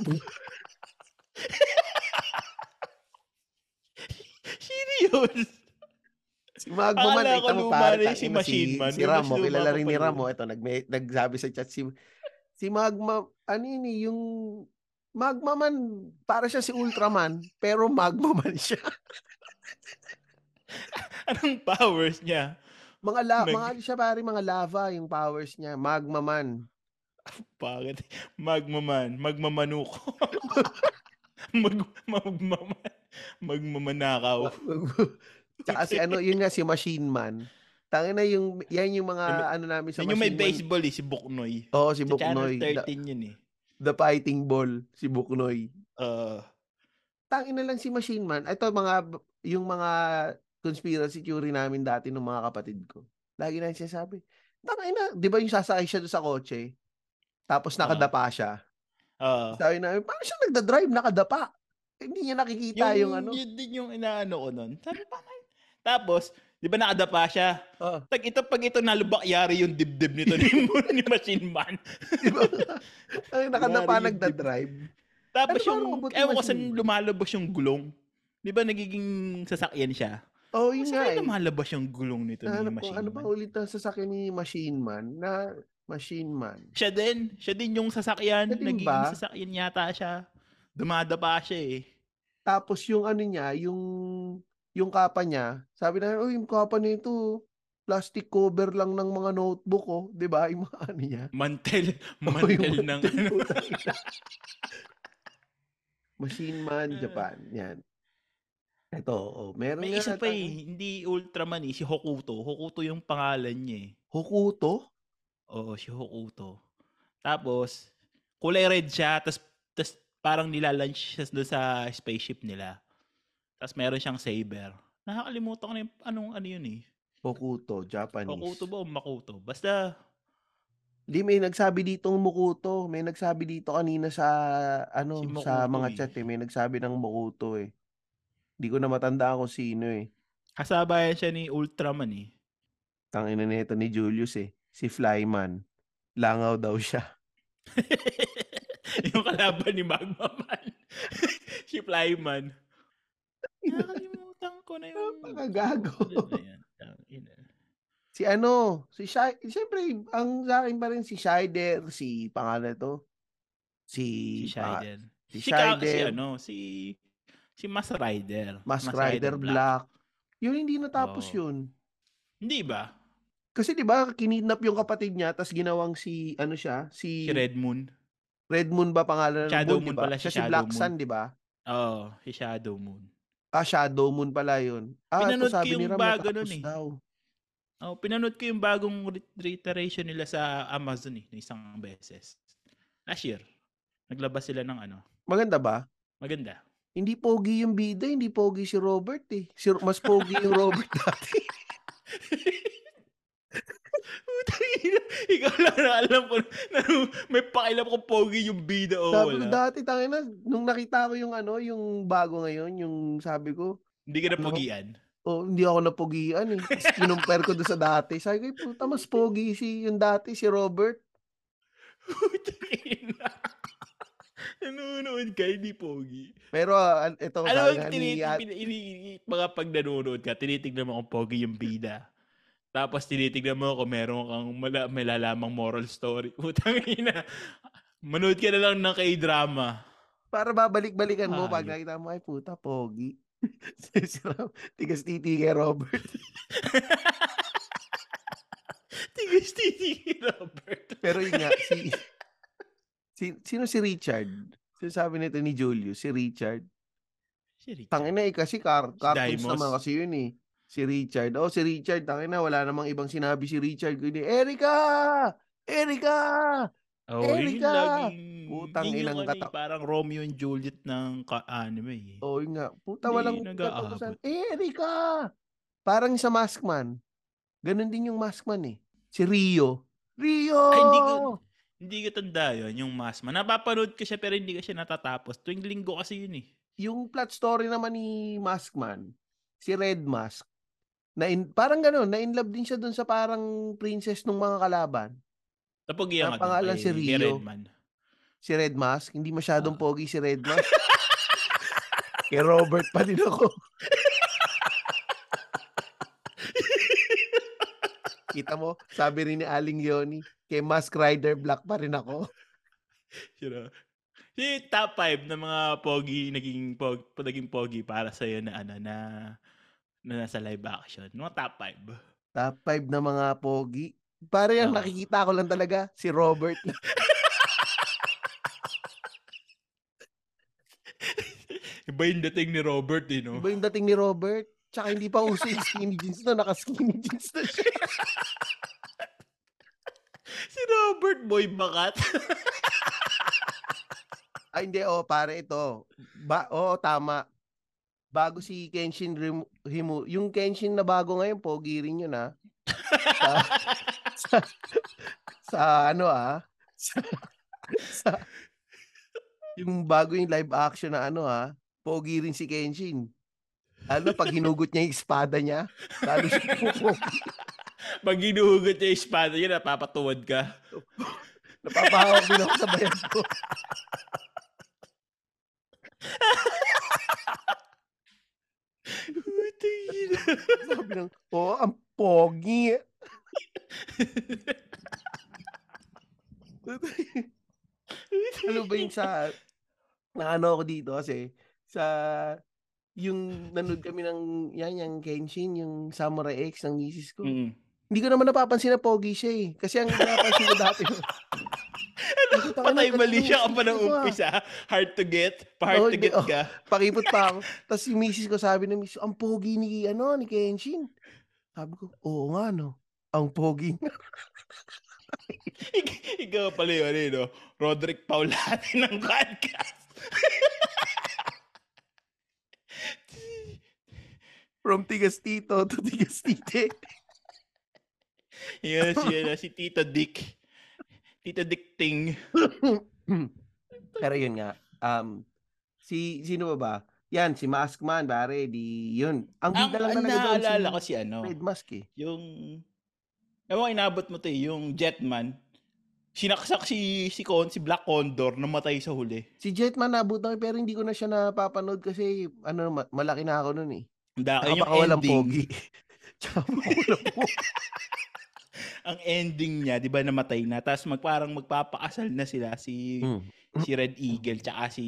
Sino yun? si Magma Man. Akala Ay, ko tama, luma pare, na yun tangina, si Machine Man. Si Yung mas Ramo, luma kilala pa rin pa ni yun. Ramo. Ito, nagme, nagsabi sa chat si, si Magma, ano yun eh, yung Magma Man, para siya si Ultraman, pero Magma Man siya. Anong powers niya? Mga la- Mag- mga ano siya pare, mga lava yung powers niya, magma man. Bakit? Magmaman. Magmamanuko. Mag, magmaman. Magmamanakaw. Tsaka si ano, yun nga si Machine Man. Tangin na yung yan yung mga Yung ano namin sa Yun yung may Machine Man. baseball eh, si Buknoy. Oo, si Sa Channel Buknoy. 13 The, yun eh. the Fighting Ball, si Buknoy. Uh, Tangin na lang si Machine Man. Ito mga yung mga conspiracy theory namin dati ng mga kapatid ko. Lagi na siya sabi. Tangin na, 'di ba yung sasakay siya doon sa kotse? Tapos Ah. nakadapa siya. uh, Sabi namin, paano siya nagda-drive nakadapa? Hindi niya nakikita yung, ano. Yun din yung inaano ko nun. Sabi pa man. Tapos, di ba nakadapa siya? Ah. Tag ito, pag ito nalubak, yari yung dibdib nito ni, ni Machine Man. Diba? Ang nakadapa Yari yung nagda-drive. Tapos Ano ba ang yung, mabuti ewan ko machine? saan lumalabas yung gulong. Di ba nagiging sasakyan siya? Oh, yun Kasi nga eh. lumalabas yung gulong nito ni Ano, Machine ano Man. pa ulit ang sasakyan ni Machine Man? Na Machine Man. Siya din. Siya din yung sasakyan. Siya din Nagiging ba? sasakyan yata siya. Dumadapa siya eh. Tapos yung ano niya, yung yung kapa niya, sabi na, oh, yung kapa nito, plastic cover lang ng mga notebook, oh. 'Di ba? Yung mga ano niya. Mantel, Oh, yung mantel ng mantel, ano. putang ina. Machine Man, Japan. Yan. Ito, oh. Meron Mm. May nga isa pa tang- eh, hindi Ultraman eh, si Hokuto. Hokuto yung pangalan niya eh. Hokuto? Oo, si Hokuto. Tapos, kulay red siya, tas, tas parang nilalunch siya doon sa spaceship nila. Tapos meron siyang saber. Nakakalimutan ko na yung anong ano yun eh. Hokuto, Japanese. Hokuto ba o Makuto? Basta, Di may nagsabi ditong Mukuto. May nagsabi dito kanina sa ano Si sa Mokuto mga eh. chat eh. May nagsabi ng Mukuto eh. Di ko na matandaan kung sino eh. kasabayan siya ni Ultraman eh. Tangina nito ni Julius eh. Si Flyman. Langaw daw siya. yung kalaban ni Magma Man. si Flyman. Nakakalimutan ko na yung... Napakagago. Ano na yan? Tangina. Si ano, si Shai, siyempre, ang sa akin pa rin si Shider, si pangalan to. Si, Si pa- Shider. si Si, Ka- si Shider. ano, si si Mas Rider. Mask Rider Black. Yun hindi natapos Oo. yun. Hindi ba? Kasi 'di ba kinidnap yung kapatid niya tapas ginawang si ano siya, si, Si Red Moon. Red Moon ba pangalan ng Shadow moon, 'di Moon ba? pala siya, Siya si Shadow Black Moon. Sun, 'di ba? Oo, oh, si Shadow Moon. Ah, Shadow Moon pala yun. Ah, ito Pinanood ko sabi ni yung Ram bago natapos nun eh. daw. Oh, pinanood ko yung bagong re- reiteration nila sa Amazon eh, na isang beses. Last year, naglabas sila ng ano. Maganda ba? Maganda. Hindi pogi yung bida, hindi pogi si Robert eh. Si, mas pogi yung Robert dati. Putang ina, Ikaw lang na alam ko na may pakilap ko pogi yung bida o sabi ko wala. dati, tangina, nung nakita ko yung ano, yung bago ngayon, yung sabi ko, Hindi ka na Ano? pogian. oh, hindi ako napogian eh. Tapos Kinumpare ko doon sa dati. Sabi ko, "Ay, puta, mas pogi si yung dati, si Robert. Putang ina. Nanonood ka, hindi pogi. Pero ah, an- ito, Alam sabi mo, nga ni tinitig, At- pin- ini- ini- mga pag nanonood ka, tinitignan mo kung pogi yung bida. Tapos tinitignan mo kung meron kang mala, malalamang moral story. Putang ina. Manood ka na lang ng k-drama. para babalik-balikan mo pag Hayop. nakita mo, ay puta, pogi. si Rob, tigas titi kay Robert. Tigas titigil, Robert. Pero yun nga, si, si, sino si Richard? Sinasabi nito ni Julius, si Richard. Si Richard. Tangina eh, kasi car, cartoons Dimos. naman kasi yun eh. Si Richard. Oh, si Richard. Tangina, wala namang ibang sinabi si Richard. Kundi, Erika! Erika! Oh, yun yung Erika! laging... Putang yun yung inang ano eh, kata- Parang Romeo and Juliet ng ka- anime. eh. Oh, yun nga. Puta, Hindi walang nag-aabot. katapusan. Erika! Parang sa Maskman. Ganun din yung Maskman eh. Si Rio. Rio! Ay, hindi ko, hindi ko tanda yun, yung Masma. Napapanood ko siya pero hindi ko siya natatapos. Tuwing linggo kasi yun eh. Yung plot story naman ni Maskman, si Red Mask, na in, parang ganun, na in love din siya dun sa parang princess ng mga kalaban. Napagiyan Ang ka dun pangalan kay- si kay Rio. Redman. Si Red Mask, hindi masyadong Ah. pogi si Red Mask. Kay Robert pa din ako. Kita mo, sabi rin ni Aling Yoni, kay Mask Rider Black pa rin ako. Sino? Si top 5 ng mga pogi naging pog, naging pogi para sa na ano na na nasa live action. Mga top 5. Top 5 na mga pogi. Pare, ang Oo. nakikita ko lang talaga, si Robert. Iba yung dating ni Robert, eh, no? Iba yung dating ni Robert. Tsaka hindi pa uso yung skinny jeans na, naka-skinny jeans na siya. Si Robert Boy Bakat. Ay, hindi, oh, pare, ito. Ba, oo, tama. Bago si Kenshin Rim- Himu, yung Kenshin na bago ngayon, pogi rin yun, ah. Sa, sa, sa ano, ah. Sa, sa, yung bago yung live action na ano, ah. Pogi rin si Kenshin. Ano, pag hinugot niya yung espada niya, lalo siya pupogi. Pag hinuhugot niya yung espada niya, napapatuwad ka. Napapahawak din ako sa bayan ko. Putang ina. Sabi ng, oo, ang pogi. ano ba yung sa, na ano ako dito kasi, sa Yung nanood kami ng yan, yung Kenshin, yung Samurai X ng misis ko. Mm. Hindi ko naman napapansin na pogi siya eh. Kasi ang napapansin ko dati. Ano Patay mali siya ang panang umpisa. umpisa. Hard to get. Pa-hard Ano Oh, to hindi, get oh. ka. Pakipot pa ako. Tapos yung misis ko sabi ng misis, ang pogi ni, ano, ni Kenshin. Sabi ko, oo nga no. Ang pogi nga. Ik- Ikaw pala yun, eh, no? Roderick Paulati ng podcast. From tigas tito to tigas tite. Yun si, ano, si Tito Dick. Tito Dick Ting. Pero yun nga. Um, si, sino ba ba? Yan, si Maskman, pare, di, yun. Ang Ang, bida lang ang talaga doon si naalala ko si ano, Red Mask eh. yung... Ewan ko, inabot mo to eh, yung Jetman. Sinaksak si, si, Con, si Black Condor, namatay sa huli. Si Jetman nabutan ko pero hindi ko na siya napapanood kasi ano ma- malaki na ako noon eh. Ang da- yun yung Nakapakawalang ending. pogi. Tsaka walang pogi. Ang ending niya, di ba, namatay na. Tapos mag, parang magpapakasal na sila si... Hmm. si Red Eagle tsaka si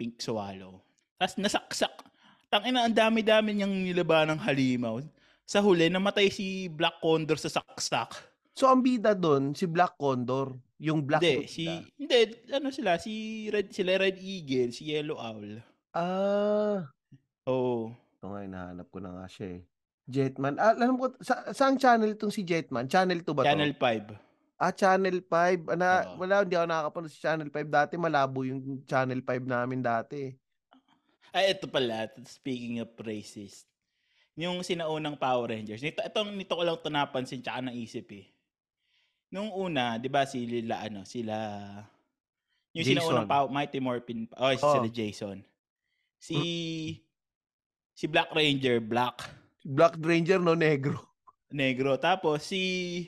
Pink Swallow. Tapos nasaksak. Tangina, ang dami-dami niyang nilaban ng halimaw. Sa huli, namatay si Black Condor sa saksak. So ang bida doon si Black Condor, yung Black hindi, Condor si, na. hindi, ano sila, si Red, sila Red Eagle, si Yellow Owl. Ah, Oo. ito nga hinahanap ko na nga siya eh. Jetman. Ah, alam ko sa saang channel itong si Jetman? Channel 2 ba to? Channel 5. Ah, Channel 5. Ana, Oo. wala, hindi ako nakakapanood sa Channel 5 dati. Malabo yung Channel 5 namin dati. Ay, ito pala, speaking of racist. Yung sinaunang Power Rangers. Nito, itong, nito ko lang ito napansin tsaka naisip eh. Nung una, di ba sila, ano, sila... Yung sinaunang Jason. Power, Mighty Morphin, oh, sila Jason. Si... Si Black Ranger, black, Black Ranger, no negro. negro. Tapos si...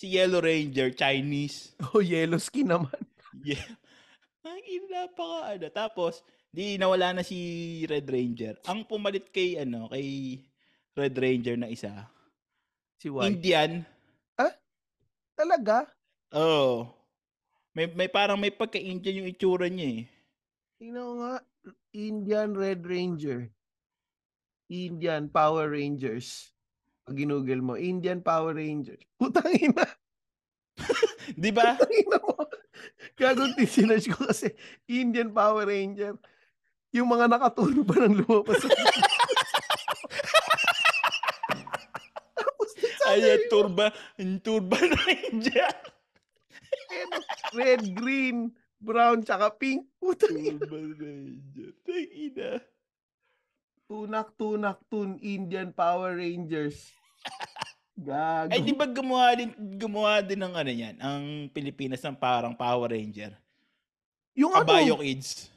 Si Yellow Ranger, Chinese. Oh, yellow skin naman. Yeah. Ang ina pa ka, ano. Tapos, di nawala na si Red Ranger. Ang pumalit kay, ano, kay Red Ranger na isa. Si White. Indian. Talaga? Oh. May, may parang may pagka-Indian yung itsura niya eh. Tingnan ko nga. Indian Red Ranger. Indian Power Rangers. Pag ginugol mo, Indian Power Rangers. Putang ina, Di ba? putang ina mo. Gagawin sinerge ko kasi Indian Power Ranger. Yung mga nakaturo pa ng lumabas. sa- Tapos Ay, nagsasabi, turba, yung turba ranger. ano, red, green, brown, tsaka pink. Putang ina. turba ranger. Tang ina. Tunak, tunak, tun, Indian Power Rangers. Gago. Ay, di ba gumawa din, gumawa din ng ano yan, ang Pilipinas ng parang Power Ranger. Yung Kabayo ano, Kids.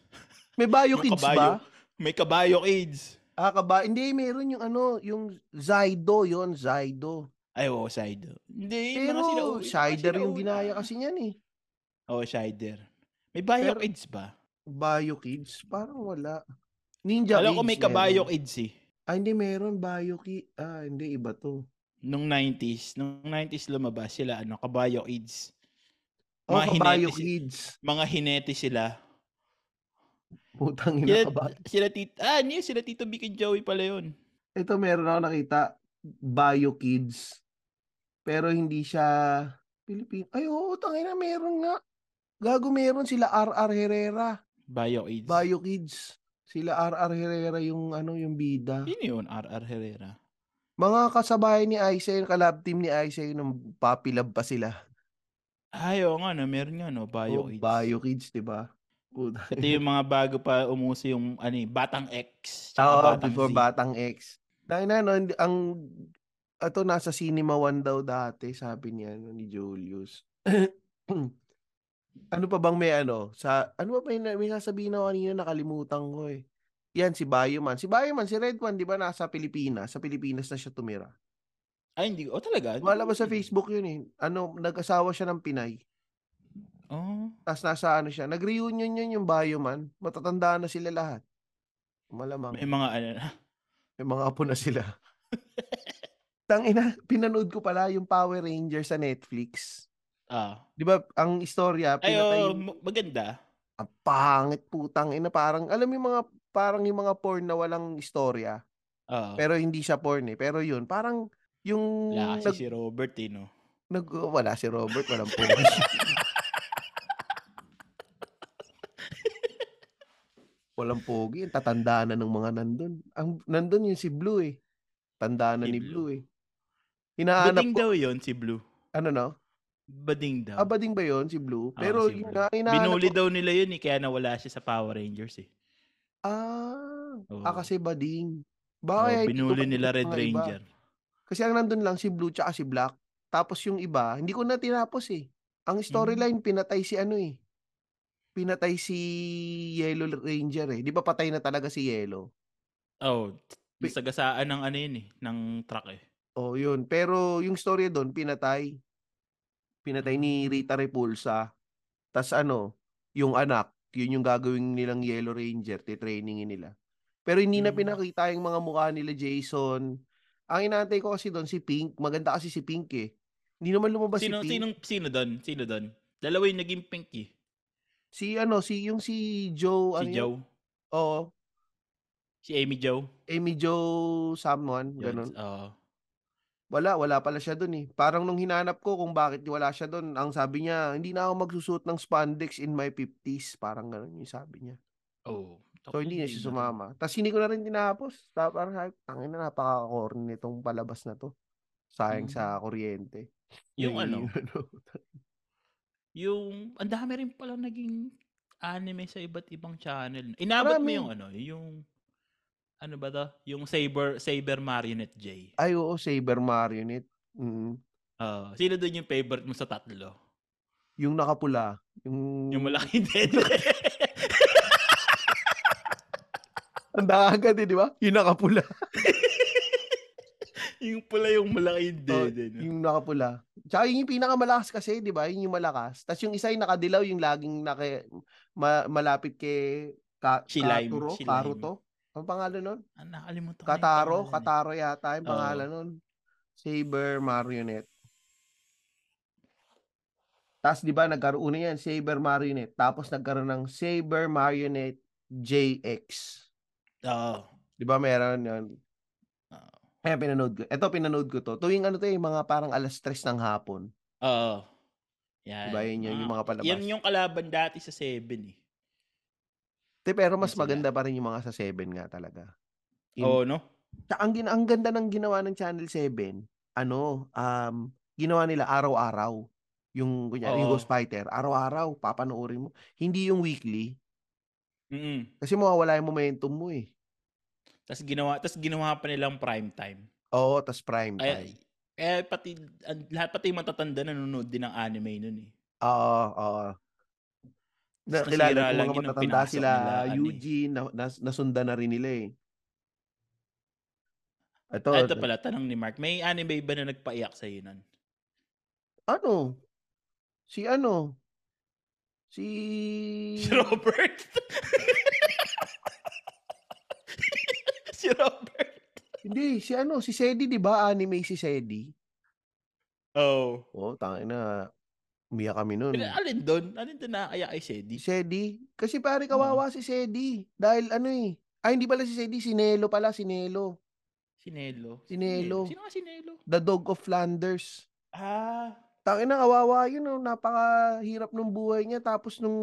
may Bayo Yung Kids ba? May Kabayo Kids. Ah, kaba. Hindi, meron yung ano, yung Zaido yon Zaido. Ay, oo, Shider. Hindi, yung mga Pero, sinauna- Shider yung sinauna. ginaya kasi niyan eh. Oo, oh, Shider. May Bayo Pero- Kids ba? Bayo Kids? Parang wala. Ninja Alam ko may Kids meron. Kabayo Kids eh. Ah, hindi meron. Bayo Kids. Ah, hindi, iba to. Nung 90s. Nung 90s lumabas sila, ano, Kabayo Kids. Oh, Mga Kabayo hinete si- Kids. Mga hinete sila. Putang ina, Sila, kabayo. sila tito, ah, ano yun, sila tito Vic and Joey pala yun. Ito meron ako nakita. Bayo Kids. Pero hindi siya Pilipino. Ay, oo, tangina, meron nga. Gago meron sila RR Herrera. Bio AIDS. Bayo Kids. Sila RR Herrera yung ano yung bida. Yun yun, RR Herrera. Mga kasabay ni Isay, kalab team ni Isay nung Papi Lab pa sila. Ay, oo nga, no, meron nga, no, Bio Oh, AIDS. Bayo Kids, 'di ba? Puta. Ito yung mga bago pa umuso yung, ano eh, Batang X. tsaka Oo, Batang before Z. Batang X. Dahil na no, hindi- ang ato nasa Cinema One daw dati, sabi niya ano, ni Julius. ano pa bang may ano? Sa ano pa may, may sasabihin na kanina nakalimutan ko eh. Yan si Bayoman. Si Bayoman, si Red One, 'di ba nasa Pilipinas? Sa Pilipinas na siya tumira. Ay, hindi, oh, talaga. Hindi Wala ko ba sa alam. Facebook yun eh? Ano, nag-asawa siya ng Pinay. Oo. Tapos nasa ano siya, nag-reunion yun yung Bayoman. Matatanda na sila lahat. Malamang. May mga, ano, May mga apo na sila. Tangina, pinanood ko pala yung Power Rangers sa Netflix. ah. Di ba, ang istorya, Ay, pinatay oo, yung ma- maganda. ang pangit putang ina. Parang, alam mo yung mga parang yung mga porn na walang istorya, Oo. pero hindi siya porn eh. Pero yun, parang yung Ah, Wala nag, kasi si Robert eh, no? nag- wala si Robert, walang porn. walang pogi. Ang Tatanda na ng mga nandun. Ang, nandun yung si Blue eh. Tanda na Si ni Blue. Blue eh. Hinahanap Bading ko, daw yon si Blue. ano no? Bading daw. Abading ba yun si Blue? Oo, Ah. Pero si yun Blue. nga, hinahanap Binuli ko- daw nila yun eh, kaya nawala siya sa Power Rangers eh. Ah, Oo. ah kasi bading. Oo, Bakit? hindi ko binuli pa Oh, nila nakita Red mga iba. Ranger. Kasi ang nandun lang si Blue tsaka si Black. Tapos yung iba, hindi ko na tinapos eh. Hmm. Ang storyline, pinatay si ano eh. Pinatay si Yellow Ranger eh. Di ba patay na talaga si Yellow? Oh, Pi- nasagasaan ng ano yun eh, ng truck eh. Oh, yun. Pero yung story doon, pinatay. Pinatay Hmm. ni Rita Repulsa. tas ano, yung anak, yun yung gagawin nilang Yellow Ranger, titrainingin nila. Pero hindi na Mm. pinakita yung mga mukha nila Jason. Ang inaantay ko kasi doon si Pink. Maganda kasi si Pink eh. Hindi naman lumabas Sino, si Pink. sino, sino doon? Sino doon? Dalawa yung naging pink eh. Si ano, si yung si Joe, Si ano yun? Joe. Oo, Si Amy Joe. Amy Joe someone, Yun, ganun. oo. Wala, wala pala siya doon eh. Parang nung hinanap ko kung bakit wala siya doon, ang sabi niya, hindi na ako magsusuot ng spandex in my 50s, parang ganun yung sabi niya. Oh, So hindi na Tangina siya to. sumama. Tapos hindi ko na rin tinapos. Tapos parang sabi, tangin na napaka-corny nitong palabas na to. Sayang Mm. sa kuryente. Yung ano, ano. yung ang dami rin pala naging anime sa iba't ibang channel. Inabot mo Marami. yung ano, yung ano ba 'to? Yung Saber Saber Marionette J. Ay oo, Saber Marionette. Mm. Ah, sino doon yung favorite mo sa tatlo? Yung nakapula. Yung, Yung malaking dead. Ang dagat eh, di ba? Yung nakapula. yung pula yung malaking Oh, dead. ano. Yung nakapula. Tsaka yun yung pinakamalakas kasi, di ba? Yun yung malakas. Tapos yung isa yung nakadilaw, yung laging naki, ma- malapit kay Ka- Si Lime, Katuro, si Lime. Karuto. Ang pangalan nun? Ah, nakalimutan ko na yung Kataro, pangalan eh. Kataro yata yung Oo. pangalan nun. Saber Marionette. Tapos di ba nagkaroon na yan, Saber Marionette. Tapos nagkaroon ng Saber Marionette JX. Oo. Di ba meron yun? Oo. Kaya pinanood ko. Ito, pinanood ko to. Tuwing ano to eh, mga parang alas 3 ng hapon. Oo. Yan. Diba, yun yung- yung Ah, mga palabas. Yan yung kalaban dati sa 7 eh. Te, pero mas Sila. maganda pa rin yung mga sa 7 nga talaga. In- Oo, no? Tsaka ang, gin- ang ganda ng ginawa ng Channel 7, ano, um, ginawa nila araw-araw. Yung, kunyari, yung Oo. Ghost Fighter, araw-araw, papanoorin mo. Hindi yung weekly. Mm. Kasi mawawala yung momentum mo eh. Tapos ginawa, tas ginawa pa nilang prime time. Oo, tas prime Ay, time. eh pati ang- lahat pati yung matatanda nanonood din ng anime noon eh. Oo, oo. Tas nasira Nakilala lang ko mga yun ang matatanda pinasok sila, nila, ano eh. Eugene, na, nas, nasunda na rin nila eh. Ito, Ah, Ito pala tanong ni Mark, may anime ba na nagpaiyak sa nun? ano? Si ano? Si... Si Robert. si Robert. Hindi, si ano, si Sedi, di ba? Anime si Sedi. Oh. Oo, oh, tangin na. Umiyak kami nun. Pero Alin doon? Alin doon nakakaya kay Shady? Si Sedi. Kasi pare, kawawa si Sedi. Dahil ano eh. Ay, hindi pala si Sedi. Si Nelo pala, si Nelo. Si Nelo. Si Nelo. Sino nga si Nelo? The Dog of Flanders. Ah. Tangin na, kawawa yun. Oh. Napakahirap ng buhay niya. Tapos nung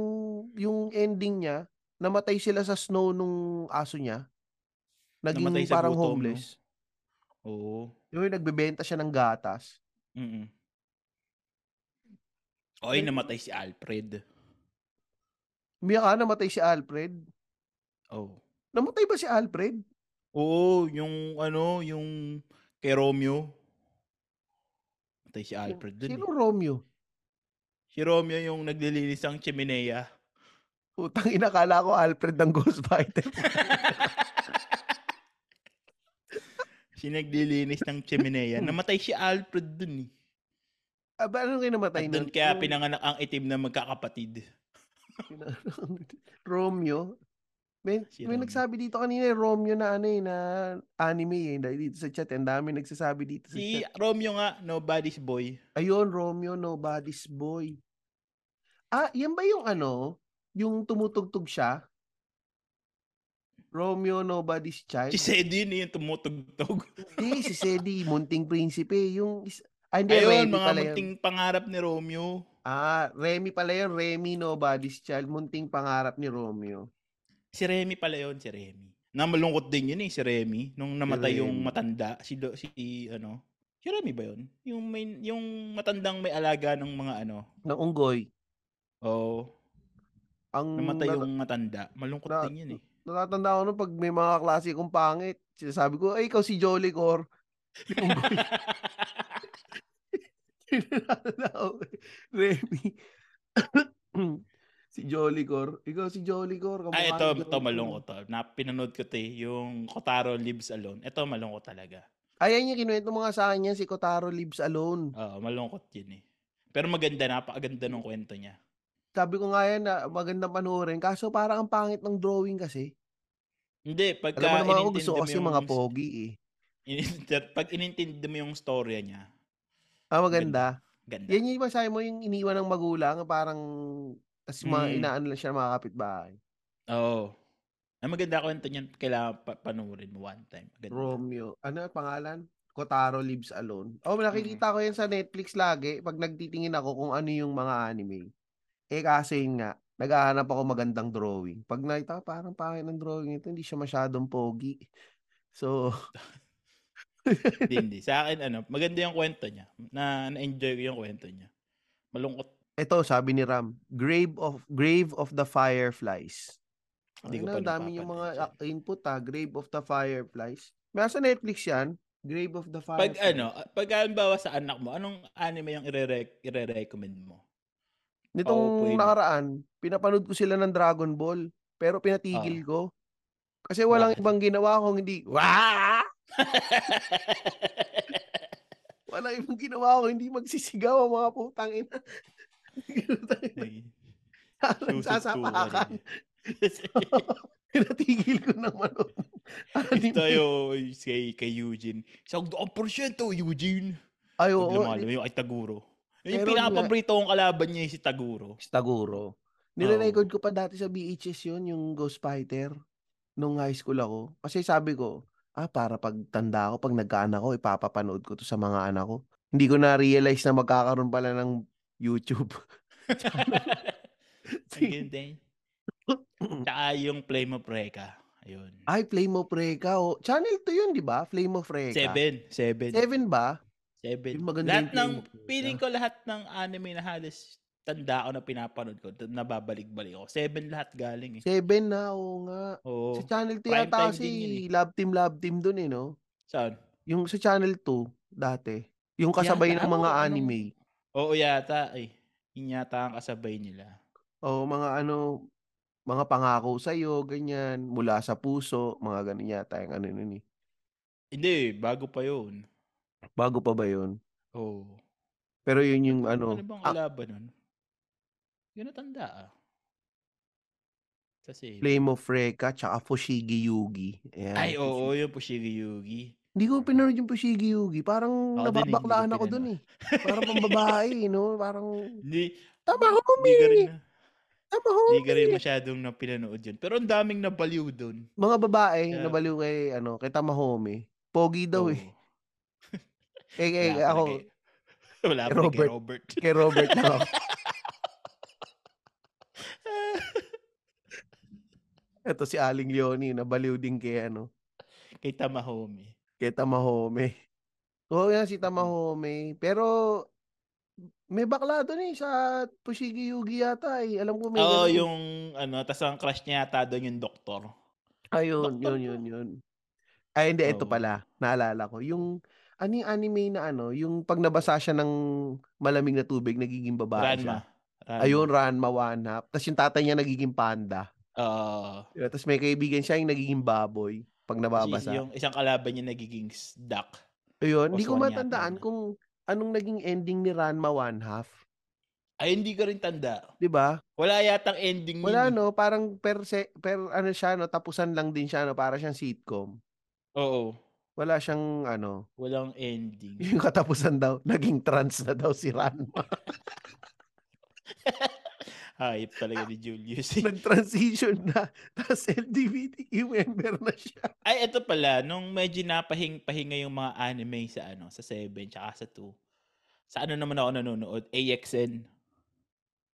yung ending niya, namatay sila sa snow nung aso niya. Naging Namatay sa parang gutom, no? homeless. Oo. Yung nagbebenta siya ng gatas. Mm-mm. Oy, namatay si Alfred. Umiyak ka, namatay si Alfred. Oh. Namatay ba si Alfred? Oo, yung ano, yung kay Romeo. Matay si Alfred dun Sino eh. Romeo? Si Romeo yung naglilinis ang chimenea. Utang inakala ko Alfred ng Ghost Fighter. si naglilinis ng Hmm. chimenea. Namatay si Alfred dun eh. Aba, Ah, anong kinamatay At dun nun? kaya Yung- pinanganak ang itim na magkakapatid. Romeo. May, Si may Romeo. nagsabi dito kanina eh, Romeo na ano eh, na anime eh, dahil dito sa chat. Ang dami nagsasabi dito sa Si chat. Romeo nga, nobody's boy. Ayun, Romeo, nobody's boy. Ah, yan ba yung ano? Yung tumutugtog siya? Romeo Nobody's Child. Si Sedi yun eh, yung tumutugtog. Hindi, si Sedi, Munting Prinsipe. Yung, is- ah, hindi, Ayun, Remy mga pala yun. munting pangarap ni Romeo. Ah, Remy pala yun. Remy Nobody's Child. Munting pangarap ni Romeo. Si Remy pala yun, si Remy. Namalungkot din yun eh, si Remy. Nung namatay yung Remy. matanda, si, Do- si ano, si Remy ba yun? Yung, may, yung matandang may alaga ng mga ano. Ng Unggoy. Oh, Ang namatay nat- yung matanda. Malungkot Hmm, na- din yun eh. natatanda ko nung pag may mga klase kong pangit, sinasabi ko, ay, ikaw si Jolly Cor. Yung Unggoy. Tinatanda ko, Remy. si Jolly Cor. Ikaw si Jolly Cor. kamukha Ah, ni ito, Jolly ito Cor. malungkot to. Na, pinanood ko to eh, yung Kotaro Lives Alone. Ito malungkot talaga. Ayan yung kinuwento mga sa kanya, si Kotaro Lives Alone. Oo, malungkot yun eh. Pero maganda, napakaganda ng kwento niya. Sabi ko nga yan na magandang panoorin. Kaso parang ang pangit ng drawing kasi. Hindi, pagka Alam mo naman ako gusto inintindi ko mo kasi yung- mga pogi eh. inintindi- pag inintindi mo yung storya niya, Ah, maganda. ganda. Yan yung masahe mo yung iniwan ng magulang. Parang, tas mga Mm. inaano lang siya ng mga kapitbahay. Oo. Ang maganda kwento niyan, kailangan pa- panurin mo one time. Maganda. Romeo. Ano ang pangalan? Kotaro Lives Alone. Mm. Oh, nakikita ko yan sa Netflix lagi pag nagtitingin ako kung ano yung mga anime. Eh kaso yun nga, naghahanap ako magandang drawing. Pag nakita ko, parang pangit ng drawing ito, hindi siya masyadong pogi. So, Hindi, hindi. Sa akin, ano, maganda yung kwento niya. Na, na-enjoy ko yung kwento niya. Malungkot. ito sabi ni Ram, Grave of Grave of the Fireflies. Hindi ko Ayun pa na, ang dami yung mga napapanood ah, input ha, Grave of the Fireflies. Meron sa Netflix yan, Grave of the Pag Fireflies. ano, pag halimbawa sa anak mo, anong anime yung ire-rec- ire-recommend mo? Oo, Nitong oh, pwede. nakaraan, pinapanood ko sila ng Dragon Ball, pero pinatigil ko. Kasi Ah. walang Bakit? ibang ginawa kung hindi, wah! Walang ibang ginawa kung hindi magsisigaw ang mga putang ina. Parang sasapakan. eh. Pinatigil ko ng manood. Ito yung kay, kay Eugene. Isang doon porsyento, Eugene. Ay, Pag oo. lumalim, yung kay Taguro. Yung Meron nga. pinapaborito kong kalaban niya yung si Taguro. Staguro. Nirerecord ko pa dati sa BHS yun, yung Ghost Fighter, nung high school ako. Kasi sabi ko, ah, para pag tanda ko, pag nagkaanak ko, ipapapanood ko to sa mga anak ko. Hindi ko na-realize na magkakaroon pala ng YouTube. Ang ganda yun. Tsaka yung Flame of Reka. Ayun. Ay, Flame of Reka. Oh. Channel 2 yun, di ba? Flame of Reka. Seven. Seven. Seven ba? Seven. Yung maganda lahat yung ng, Flame of Reka. feeling ko lahat ng anime na halos tanda ako na pinapanood ko, nababalik-balik ako. Seven lahat galing eh. Seven na, oo nga. Oo. Sa Channel 3 Oh, Prime yata time din yun eh. si Love Team, Love Team dun eh, no? Saan? Yung sa Channel 2, dati. Yung kasabay Yata, ng oo, ano, mga anong- anime. Oo yata eh. Yun yata ang kasabay nila. O mga ano, mga pangako sa'yo, ganyan, mula sa puso, mga ganun yata yung ano nun eh. Hindi, bago pa yun. Bago pa ba yun? Oo. Pero yun yung Ano, ano, bang ah, kalaban nun? Yun natanda ah. Sa Seven. Flame of Reka, tsaka Fushigi Yugi. Ayan. Ay, oo, yung Pushigi Yugi. Hindi ko pinanood yung Fushigi Yugi. Parang Ako din eh, hindi ko nababaklaan ako dun eh. pinanood. Parang pambabae, eh, no? Parang, Hindi, tama hindi ka rin, homie! na- Tama hindi ka rin homie! masyadong na pinanood yun. Pero ang daming nabaliw dun. Mga babae, Yeah. nabaliw kay, ano, kay tama homie. Pogi daw eh. Oo. Wala Eh, eh, pala ako, kay- Wala kay pala kay Robert. Robert. kay Robert lang ako. Ito si Aling Leonie, nabaliw din kay ano, kay Tamahome. Kay Tamahome. Oo yan, si Tamahome. Pero, may bakla doon eh, sa Pushigi Yugi yata eh. Alam ko may Oo, ganun. Ah, yung ano, tas ang crush niya yata doon yung doktor. Ayun, Doktor Ah, po. yun, yun, yun. Ay, hindi, ito Oo. pala. Naalala ko. Yung, ano yung anime na ano, yung pag nabasa siya ng malamig na tubig, nagiging babae siya. Ranma. Ranma. Ayun, Ranma One Half. Tapos yung tatay niya nagiging panda. Oo. Diba? Tapos may kaibigan siya yung nagiging baboy pag Kasi nababasa. yung isang kalaban niya nagiging s- duck. Ayun, hindi ko Oswan yata matandaan yun. kung anong naging ending ni Ranma One Half. Ay, hindi ko rin tanda. 'Di ba? Wala yatang ending Wala yun. eh. no, parang per se, per ano siya no, tapusan lang din siya no, para siyang sitcom. Oo. Wala siyang ano, Walang ending. yung katapusan daw, naging trans na daw si Ranma. Hayop talaga ni Julius. Nag-transition na. Tapos LGBTQ member na siya. Ay, eto pala, nung medyo napahing-pahinga yung mga anime sa ano, sa 7 tsaka sa 2. Sa ano naman ako nanonood? AXN.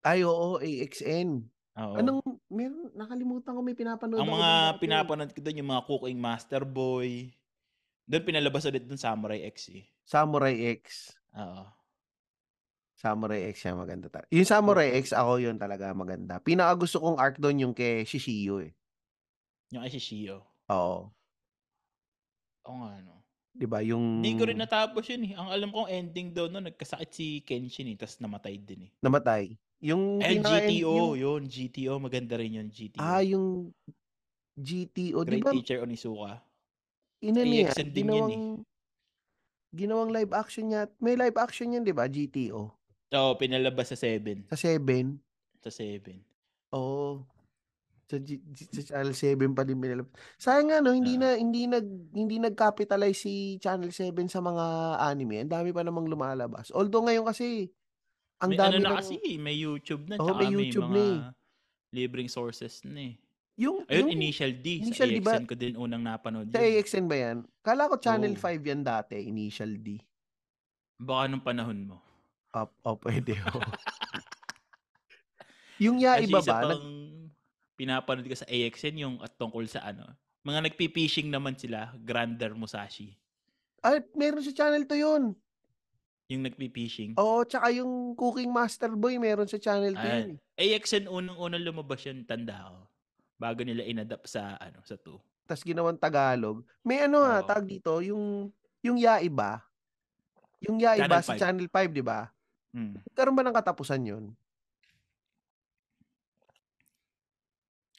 Ay, oo, AXN. Oo. Anong, meron, nakalimutan ko may Oh. Ang pinapanood. ako mga dun dati. pinapanood ko doon, yung mga Cooking Master Boy. Doon pinalabas ulit ng Samurai X eh. Samurai X. Oo. Samurai X siya maganda talaga. Yung Samurai Mm. X, ako yun talaga maganda. Pinakagusto kong arc doon yung kay Shishiyo eh. Yung kay Shishio. Oo. Oo nga, no. Di ba? Yung Hindi ko rin natapos yun eh. Ang alam kong ending daw no, nagkasakit si Kenshin eh, tapos namatay din eh. namatay. Yung Ayun, pinaka- GTO, yung- yun, GTO, maganda rin yun, GTO. ah, yung GTO. Di Great ba? Teacher Onizuka. Ina niya. AXN din eh. yan Ginawang, ginawang live action niya. May live action yan, di ba? GTO. Oo, pinalabas sa 7. Sa 7. Sa 7. Oo. Sa, G- G- sa Channel 7 pa din binilap. Sayang nga no, hindi Oo. na hindi nag hindi nag-capitalize si Channel 7 sa mga anime. Ang dami pa namang lumalabas. Although ngayon kasi ang may dami ano na ng- kasi, eh, may YouTube na, Oo, tsaka may may, YouTube na mga eh. libreng sources na eh. yung, Ayun, yung Initial D. Initial sa D AXN ba? ko din unang napanood sa yun. AXN ba yan? Kala ko Channel Oo. 5 yan dati, Initial D. Baka nung panahon mo. Up, oh, pwede ho. yung Yaiba Kasi isa ba? Nag- pang pinapanood ko sa AXN yung at tungkol sa ano. Mga nagpipishing naman sila, Grander Musashi. ay, meron sa Channel 2 yun. Yung nagpipishing. Oo, tsaka yung Cooking Master Boy, meron sa Channel 2 Ayan. yun. eh. AXN unang-unang lumabas yun, tanda ko. Bago nila inadapt sa ano sa 2. tas ginawang Tagalog. May ano Oo. ha, tag dito, yung yung Yaiba. Yung Channel Yaiba sa five. Channel 5, di ba? Mm. Nagkaroon ba ng katapusan yun?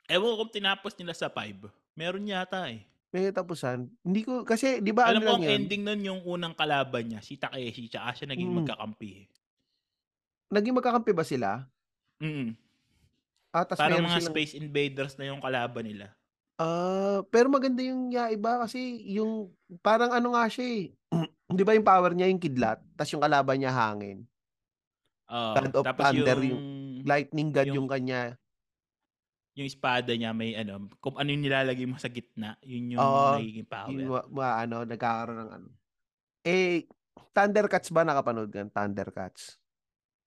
Ewan ko kung tinapos nila sa 5. Meron yata eh. May katapusan? Hindi ko, kasi di ba Alam ano mo lang ang yun? ending nun yung unang kalaban niya, si Takeshi, tsaka siya naging Mm. magkakampi. Naging magkakampi ba sila? Mm. Ah, tas Parang meron mga silang- Space Invaders na yung kalaban nila. Ah, pero maganda yung Yaiba kasi yung, parang ano nga siya eh. di ba yung power niya yung kidlat? tas yung kalaban niya hangin. Oo. God of tapos Thunder, yung, Lightning God yung, Yung- kanya. yung espada niya may ano, kung ano yung nilalagay mo sa gitna, yun yung Oo, nagiging power. Yung ma, ma- ano, nagkakaroon ng ano. Eh, Thundercats ba nakapanood ka? ng Thundercats.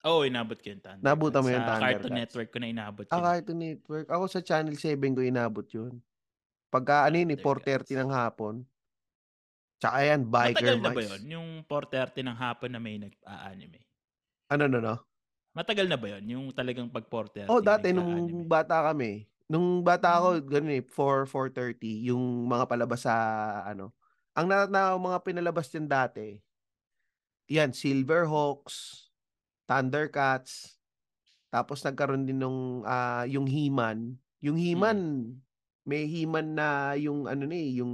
Oo, oh, inabot ko yung Thunder. Nabutan mo yung Sa Cartoon Thundercats. Network ko na inabot ko. Ah, na. Cartoon Network. Ako sa Channel 7 ko inabot yun. Pagka Ah, ano yun, eh, 4.30 Thundercats. ng hapon. Tsaka yan, Biker Matagal na Mice. ba yun? Yung 4.30 ng hapon na may nag-anime. Ano, no, no? Matagal na ba yun? Yung talagang pag 4.30 Oh, dati nung nag-a-anime? bata kami. Nung bata ako, ganun eh, 4, 4.30. Yung mga palabas sa, ano. Ang na, na mga pinalabas yan dati, yan, Silverhawks, Thundercats, tapos nagkaroon din nung ah, yung He-Man. Yung He-Man, may He-Man na yung ano na eh, yung,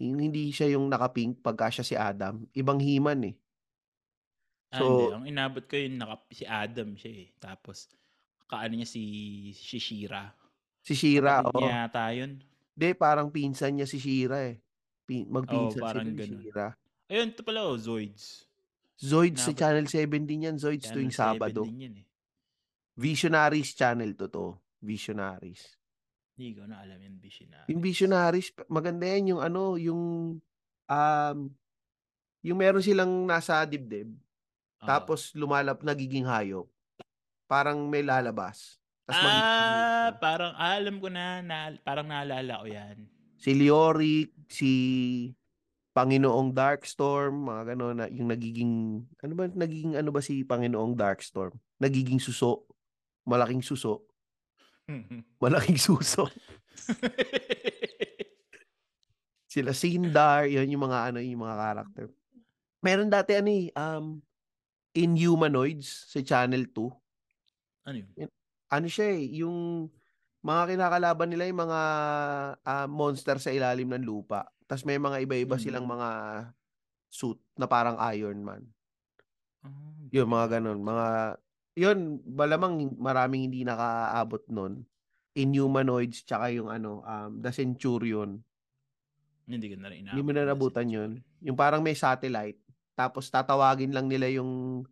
yung hindi siya yung naka-pink pagka siya si Adam. Ibang He-Man eh. ah, hindi. So- Ang inabot ko yun, naka, si Adam siya eh. Tapos, kaano niya si Shishira. Si Shira. Kapatid Oh. niya yata yun. Hindi, parang pinsan niya si Shira eh. Pin- magpinsan Oo, parang sila ni ganun. Shira. Ayun, ito pala, oh, Zoids. Zoids sa Dapat- Channel 7 din yan. Zoids Channel tuwing 7 Sabado. din yun eh. Visionaries Channel to to. Visionaries. Ah, Hindi ko na ano. alam yung Visionaries. Yung Visionaries, maganda yan yung ano, yung um, yung meron silang nasa dibdib, Oo. tapos lumalap, nagiging hayop. Parang may lalabas. Tas ah, mahihingin siya. parang ah, alam ko na, na, parang naalala ko yan. Si Leoric, si Panginoong Darkstorm, mga gano'n, na, yung nagiging, ano ba, nagiging ano ba si Panginoong Darkstorm? Nagiging suso. Malaking suso. Malaking suso. sila Sindar, yun yung mga ano, yung mga character. Meron dati ano eh, um, Inhumanoids sa Channel 2. ano yun? Ano siya eh, yung mga kinakalaban nila yung mga ah, monster sa ilalim ng lupa. Tapos may mga iba-iba Hmm. silang mga suit na parang Iron Man. Ah, hindi Yun, ko mga alam. ganun. Mga, yun, balamang maraming hindi nakaabot nun. Inhumanoids, tsaka yung ano, um, The Centurion. Hindi ko na rin Hindi mo na inaabot yung nabutan Visionaries. yun. Yung parang may satellite. Tapos tatawagin lang nila yung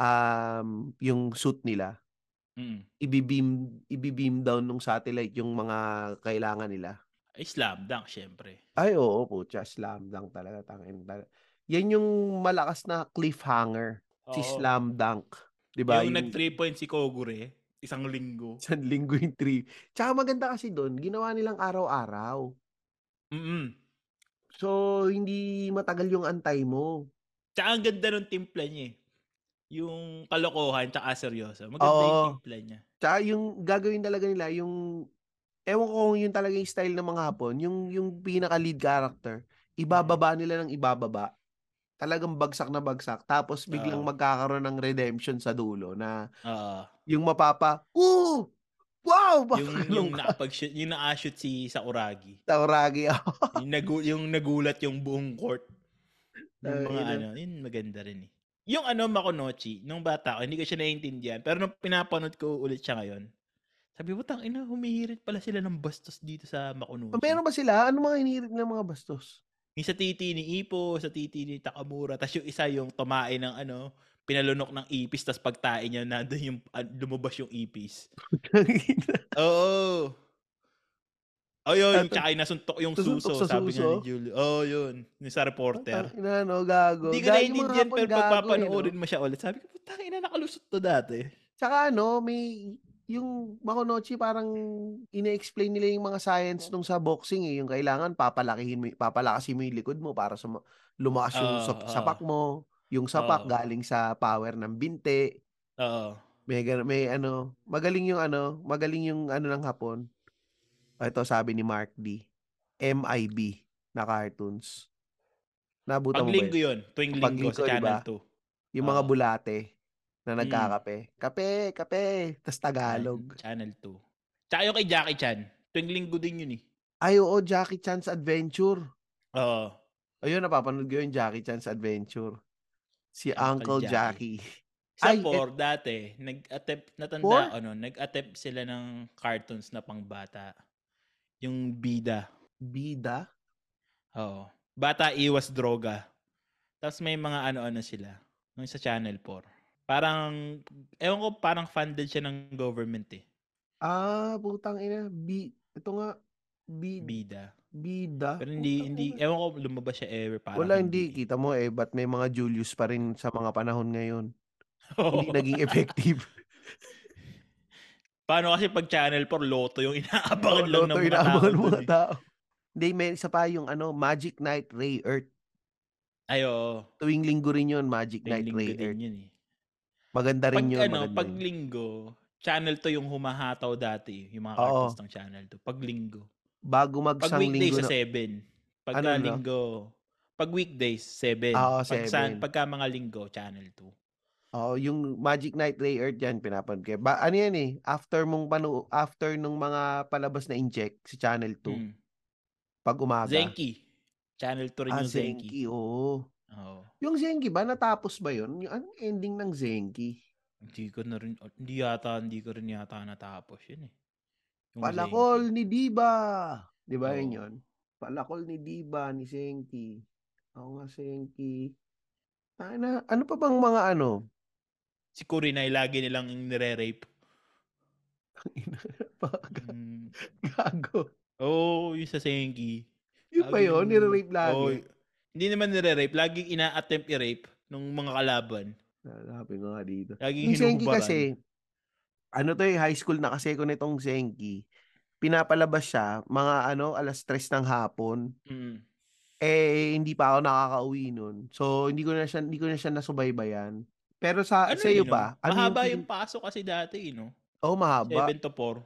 um, yung suit nila. Mm. ibibeam ibibeam down nung satellite yung mga kailangan nila. Ay, slam dunk, syempre. Ay oo po, slam dunk talaga tangin talaga. Yan yung malakas na cliffhanger, si Oo. slam dunk. 'Di ba? Yung nag-3 points si Kogure, isang linggo. isang linggo yung three. Tsaka maganda kasi doon, ginawa nilang araw-araw. Mm-mm. So, hindi matagal yung antay mo. Tsaka ang ganda ng timpla niya eh. Yung kalokohan, tsaka seryoso. Maganda yung Oo. timpla niya. Tsaka yung gagawin talaga nila, yung, ewan ko kung yun talaga yung style ng mga Hapon, yung, yung pinaka-lead character, Mm. ibababa nila ng ibababa. Talagang bagsak na bagsak. Tapos biglang Oo. magkakaroon ng redemption sa dulo na Ah, yung mapapa, Ooh! Wow! yung, yung nakapag-shoot, yung naka-shoot si Sakuragi. Tauragi ako. yung, nagu- yung nagulat yung buong court. Yung Tangina. mga ano, yun maganda rin eh. Yung ano, Makonochi, nung bata ko, hindi ko siya naiintindihan. Pero nung pinapanood ko ulit siya ngayon, sabi ko, tang ina, humihirit pala sila ng bastos dito sa Makonochi. Meron ba sila? Ano mga hinihirit ng mga bastos? Yung sa titi ni Ipo, sa titi ni Takamura, tapos yung isa yung tumae ng ano, pinalunok ng ipis, tapos pagtain niya, nandun yung, ah, lumabas yung ipis. Oo. Oh, yun, yung Eto. tsaka yung nasuntok yung Nasuntok suso, sa sabi nga suso? ni Julio. Oh, yun. Yung sa reporter. Ang ina, no, gago. Hindi ko Gago yung mga naiintindihan Hapon, pero gago, eh, no? pagpapanoorin mo siya ulit. Sabi ko, putang ina, nakalusot to dati. Tsaka ano, may yung Makonochi parang ina-explain nila yung mga science nung sa boxing eh. Yung kailangan papalakihin mo, papalakasin mo yung likod mo para sa lumakas yung Oo, sap- oo. sapak mo. Yung sapak Oo. galing sa power ng binte. Oo. May, gan- may ano, magaling yung ano, magaling yung ano ng hapon. Ah, Ito sabi ni Mark D. MIB na cartoons. Nabutan mo ba Paglinggo yun. yun? Tuwing Pag linggo sa linggo, Channel diba? Yung mga Oo. bulate na Mm. nagkakape. Kape, kape, 2. Chan- tas Tagalog. Channel 2. Tsaka yung kay Jackie Chan. Tuwing linggo din yun eh. Ay, oo, Jackie Chan's Adventure. Oo. Ayun, napapanood ko yung Jackie Chan's Adventure. Si Uncle Uncle, Jackie. Jackie. Sa Ay, et- 4 dati, nag-attempt, Four? natanda, ano, nag-attempt sila ng cartoons na pangbata. Yung bida. Bida? Oo. Bata iwas droga. Tapos may mga ano-ano sila. Nung sa Channel 4. Parang, ewan ko, parang funded siya ng government eh. Ah, putang ina. Bi... Ito nga. Bi... Bida. Bida. Pero hindi, Putang hindi, ina. ewan ko, lumabas siya ever. Parang Ah, Wala, hindi. Kita mo eh, ba't may mga Julius pa rin sa mga panahon ngayon? Hindi naging effective. Paano kasi pag Channel 4, loto yung inaabangan lang ng mga Loto, tao. inaabangan ng dun mga eh. tao. Hindi, may isa pa yung ano, Magic Knight Ray Earth. Ay, oo. Tuwing linggo rin yun, Magic Tuwing Knight linggo Ray din Earth. yun eh. Maganda Pag rin yun. ano, maganda pag yun. linggo, Channel 2 yung humahataw dati. eh, Yung mga Oo. cartoons ng Channel 2. Pag linggo. Bago Pag magsang weekdays linggo sa na... 7. Pag Ano, no? Ah, linggo. Pag weekdays, 7. Oo, pag san, 7. pagka mga linggo, channel 2. Oh, yung Magic Knight Ray Earth yan pinapanood ko. Ba ano yan eh, after mong panu after nung mga palabas na inject si Channel 2 Mm. pag umaga. Zenki. Channel 2 rin Ah, yung Zenki. Zenki. Oo. Oo. Yung Zenki ba natapos ba 'yon? Yung anong ending ng Zenki? Hindi ko na rin, hindi yata, hindi ko rin yata natapos yun eh. Yung Palakol Zenki. ni Diba. 'Di ba yun Oo. 'yon? Palakol ni Diba ni Zenki. Ako nga Zenki. Ano, ano pa bang mga ano? Si Kurinay lagi nilang nire-rape. Pag- Mm. Gago. Oo, oh, yung sa Zenki. Yun ba Lagi yun? nilang- Nire-rape Oo, lagi. Oh, hindi naman nire-rape. Laging ina-attempt i-rape ng mga kalaban. Ah, Sabi ko nga dito. Laging Yung Senki hinuhubaran. kasi, ano to eh, high school na kasi ko nitong Senki. Pinapalabas siya, mga ano, alas 3 ng hapon. Mm. Eh, hindi pa ako nakakauwi nun. So, hindi ko na siya, hindi ko na siya nasubaybayan. Pero sa, Ano sa eh, iyo no? ba? Ano Mahaba pin- yung paso kasi dati, eh, no? Oh, mahaba. 7 to 4.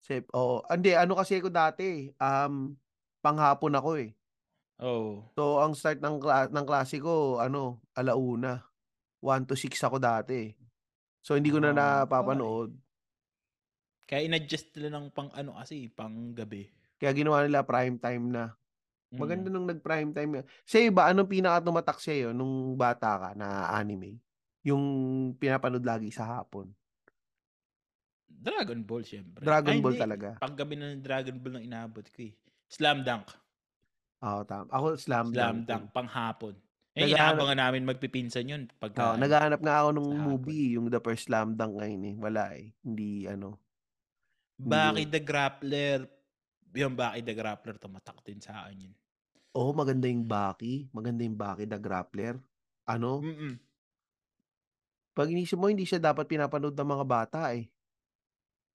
Sep, oh, hindi, ano kasi ko dati, um, panghapon ako eh. Oh. So, ang start ng, kla- ng klase ko, ano, alauna. 1 to 6 ako dati. So, hindi ko Ah, na mahaba eh. napapanood. Kaya in-adjust nila ng pang ano kasi, pang gabi. Kaya ginawa nila prime time na. Mm. Maganda nung nag-prime time yun. Sa iba, anong pinaka-tumatak sa'yo nung bata ka na anime? Yung pinapanood lagi sa hapon. Dragon Ball, syempre. Dragon Ay, Ball hindi. talaga. Pang gabi na ng Dragon Ball ang inaabot ko eh. Slam Dunk. Oo, tama. Ako, slam, Slam dunk. Dunk, panghapon. Eh, Nagahanap- inaabangan namin magpipinsan yun. Oo, Pagka, naghahanap nga ako ng Sa hapon. movie, yung The First Slam Dunk ngayon eh. Wala eh. Hindi ano. Bakit the grappler? Yung bakit the grappler, tumatak din sa akin yun. Oo, maganda yung Baki. Maganda yung Baki, The Grappler. Ano? Mm-mm. Pag inisip mo, hindi siya dapat pinapanood ng mga bata eh.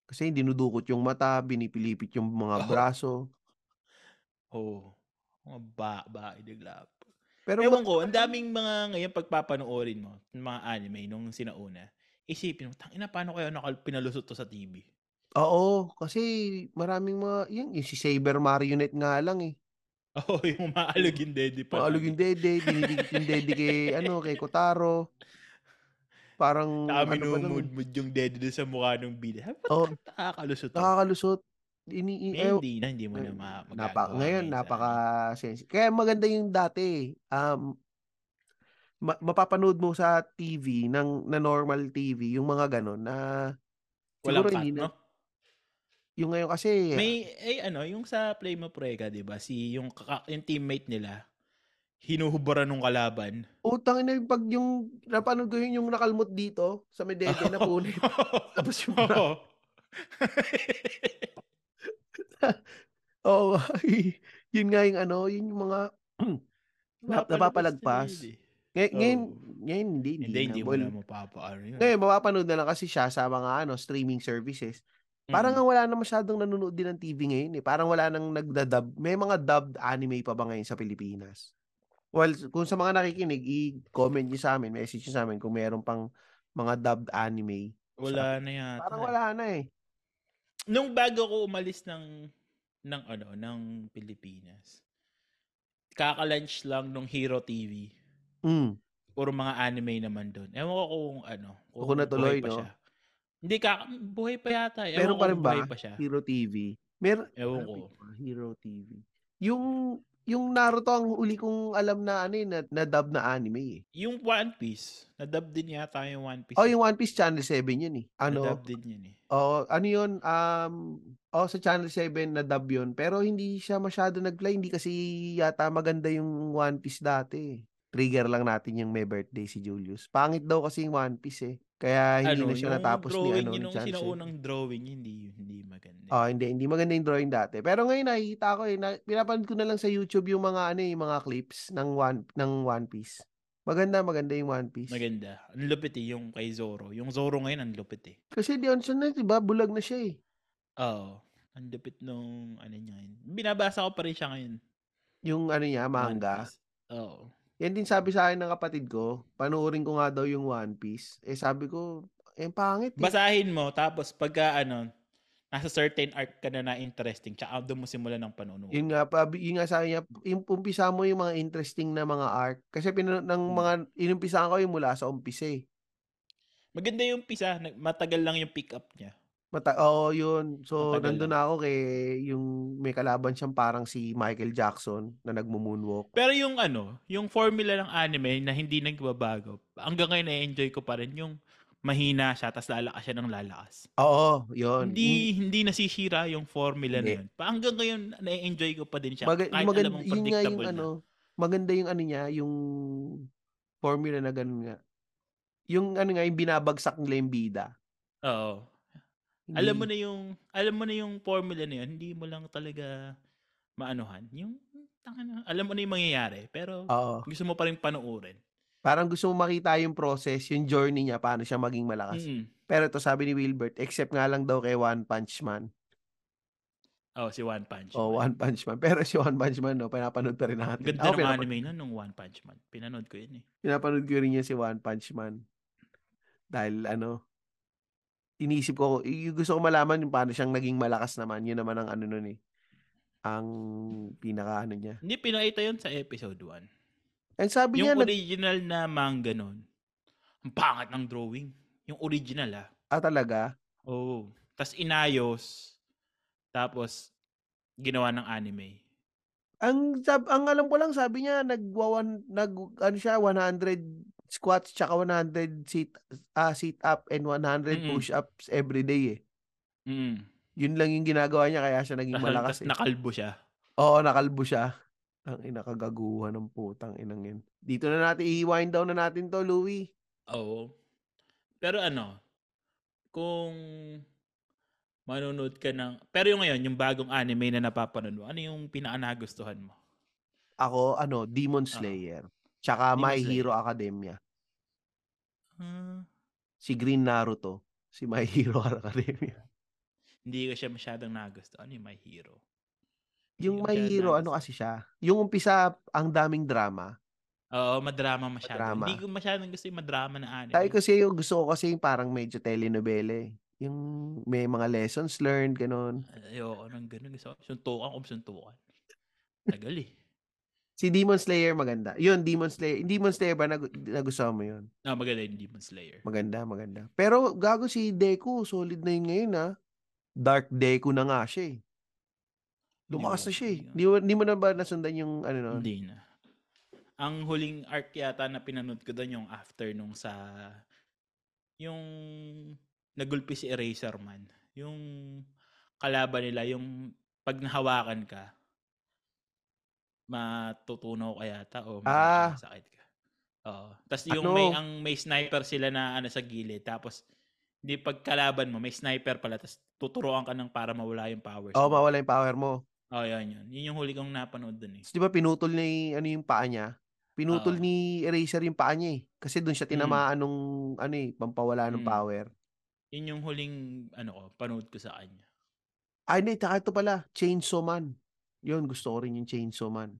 Kasi dinudukot yung mata, binipilipit yung Oo. mga braso. Oo. Oh. Mga ba, bakit the grappler? Pero Ewan ma- ko, ang daming mga ngayon pagpapanoorin mo, ng mga anime nung sinauna, isipin mo, tangina, paano kaya nakal pinalusot to sa TV? oo, kasi maraming mga, yan, yung si Saber Marionette nga lang eh. Oo, yung maalog yung daddy pa. Paalog yung dede, dinidikit yung dede kay, ano, kay Kotaro. Parang, Saka ano pa nun, minumudmud yung daddy doon sa mukha ng bida. Sabi, Oo. ba't ka nakakalusot to? nakakalusot. Ini, i- Eh, eh, hindi na, hindi mo na Ay, ma- napa, magagawa ngayon, sa- napaka sensitive. Kaya maganda yung dati. Um, ma- mapapanood mo sa TV, ng, na normal TV, yung mga ganon na Walang siguro cut, hindi no? na- Yung ngayon kasi, May, eh ano, yung sa Play Mo Prega, di ba? Si, yung, kaka- yung teammate nila, hinuhubara nung kalaban. utang na yung pag yung, napanood ko yun yung nakalmot dito sa Medete na punit. Tapos yung, Oo. oo, yun nga yung ano, yun yung mga, Nap- napapalagpas. Napapalagpas din yun eh. ngay- Oo. ngayon, ngayon, hindi, hindi, Hindi, na. hindi mo Well, eh, na mapapaano yun. Ngayon, mapapanood na lang kasi siya sa mga ano, streaming services. Hmm. Parang nga wala na masyadong nanonood din ng TV ngayon eh. Parang wala nang nagdadub. May mga dubbed anime pa ba ngayon sa Pilipinas? Well, kung sa mga nakikinig, i-comment niyo sa amin, message niyo sa amin kung meron pang mga dubbed anime. wala na yata. Parang wala na eh. nung bago ko umalis ng ng ano ng Pilipinas. Kaka-lunch lang nung Hero TV. Mm. Puro mga anime naman doon. Ewan ko kung ano. Ako natuloy, buhay pa no? siya. Hindi, ka, buhay pa yata. eh. Ewan ko Meron pa kung rin ba? Buhay pa siya. Hero TV. Mer Ewan ko. Hanapin ko, Hero TV. Yung yung Naruto ang uli kong alam na ano eh, na, na dub na anime eh. Yung One Piece. Nadub din yata yung One Piece. Oh, yung One Piece Channel 7 yun eh. Ano? Nadub din yun eh. Oo, ano yun? Um, oh, sa Channel 7 na dub yun. Pero hindi siya masyado nag-play. Hindi kasi yata maganda yung One Piece dati. eh. Trigger lang natin yung may birthday si Julius. Pangit daw kasi yung One Piece eh. Kaya hindi na siya yung natapos ni drawing, ano yun ni yung Channel 7. sinaunang drawing, hindi hindi maganda. Oh, hindi, hindi maganda yung drawing dati. Pero ngayon nakikita ko eh, na, pinapanood ko na lang sa YouTube yung mga ano eh, yung mga clips ng One ng One Piece. Maganda, maganda yung One Piece. Maganda. Ang lupit eh, yung kay Zoro. Yung Zoro ngayon, ang lupit eh. Kasi Dion siya na, 'di ba? Bulag na siya eh. Oo. Ang lupit nung ano niya ngayon. Binabasa ko pa rin siya ngayon. Yung ano One niya, manga. Piece. Oo. Yan din sabi sa akin ng kapatid ko, panoorin ko nga daw yung One Piece. Eh sabi ko, eh pangit eh. Basahin mo, tapos pagka ano, nasa certain arc ka na na interesting, tsaka doon mo simula ng panonood. Yun nga, pabi, yun nga sabi niya, yung umpisa mo yung mga interesting na mga arc. Kasi pinu- ng Hmm. mga, inumpisaan ko yung mula sa umpisa eh. Maganda yung pisa, nag- matagal lang yung pick up niya. Mata- Oo, yun. So, Matagal nandun na ako kay yung may kalaban siyang parang si Michael Jackson na nagmumoonwalk. Pero yung ano, yung formula ng anime na hindi nagbabago, hanggang ngayon na-enjoy ko pa rin yung mahina siya, tapos lalakas siya ng lalakas. Oo, Hmm. yun. Hindi hindi nasisira yung formula na Hindi. yun. Pa- Hanggang ngayon, na-enjoy ko pa din siya. Maga- kahit maganda, alam mong yun nga yung predictable na. ano, maganda yung ano niya, yung formula na ganun nga. Yung ano nga, yung binabagsak nila yung bida. Oo. Hindi- Alam mo na yung alam mo na yung formula na yun, hindi mo lang talaga maanuhan. Yung tanga na, alam mo na yung mangyayari, pero Oo. gusto mo pa rin panoorin. Parang gusto mo makita yung process, yung journey niya, paano siya maging malakas. Mm. Pero to sabi ni Wilbert, except nga lang daw kay One Punch Man. Oh, si One Punch Man. O, One Punch Man. Pero si One Punch Man, no, pinapanood pa rin natin. Ganda ng Ako, pinapa- anime nun nung One Punch Man. Pinanood ko yun eh. pinapanood ko rin yan si One Punch Man. Dahil ano, inisip ko, y- gusto ko malaman yung paano siyang naging malakas naman. Yun naman ang ano nun eh. Ang pinaka ano niya. Hindi pinakita yun sa episode 1. And sabi niya, Yung nag- original na manga nun, ang pangat ng drawing. Yung original ah. ah, talaga, Oo. Tapos inayos. Tapos ginawa ng anime. ang, sab- ang alam ko lang, sabi niya, nagwawan, nag, ano siya, 100 squats, tsaka 100 sit, ah, sit up and 100 Mm-mm. push-ups every day eh. Mm. Yun lang yung ginagawa niya, kaya siya naging Tapos malakas eh. nakalbo siya. Oo, nakalbo siya. Ang ina kagaguhan ng putang inang yan. Dito na natin i-wind down na natin to, Louie. Oo. Pero ano, kung manonood ka ng... Pero yung ngayon, yung bagong anime na napapanood mo, ano yung pinaka-nagustuhan mo? Ako, ano, Demon Slayer. Tsaka Demon My Slayer. Hero Academia. Ah, Si Green Naruto. Si My Hero Academia. hindi ko siya masyadong nagustuhan. Ano yung My Hero? Hindi ko Yung My masyadong Hero, ano nagustuhan. kasi siya? Yung umpisa, ang daming drama. Oo, madrama masyado. Madrama. Hindi ko masyadong gusto yung madrama na anime. Tayo kasi yung gusto ko kasi yung parang medyo telenovela eh. Yung may mga lessons learned, ganun. Ayoko nang ganun. Gusto ko, suntukan kung suntukan. Tagal eh. Si Demon Slayer maganda. Yun, Demon Slayer. Demon Slayer ba nag- nagustuhan mo yun? Ah, maganda yung Demon Slayer. Maganda, maganda. Pero gago si Deku, solid na yun ngayon ha. Dark Deku na nga siya eh. Hindi Lumakas na mo- siya eh. hindi Di, mo- di mo na ba nasundan yung ano nun? Hindi na. Ang huling arc yata na pinanood ko doon yung after nung sa yung nagulpi si Eraserman. Yung kalaban nila, yung pag nahawakan ka, matutunaw ka yata o Ah. masakit ka. Oo. Tapos yung Ano? may, ang may sniper sila na ano sa gilid. Tapos di pagkalaban mo, may sniper pala. Tapos tuturuan ka ng para mawala yung powers. Oo, mo. Oh, mawala yung power mo. Oo, yun, yun. Yun yung huli kong napanood dun eh. Tapos di ba pinutol ni ano yung paa niya? Pinutol Oo. ni Eraser yung paa niya eh. Kasi doon siya tinamaan nung ano eh, pampawala ng Mm. power. Yun yung huling ano ko, panood ko sa kanya. Ay, hindi. Tsaka ito pala, Chainsaw Man. Yun, gusto ko rin yung Chainsaw Man.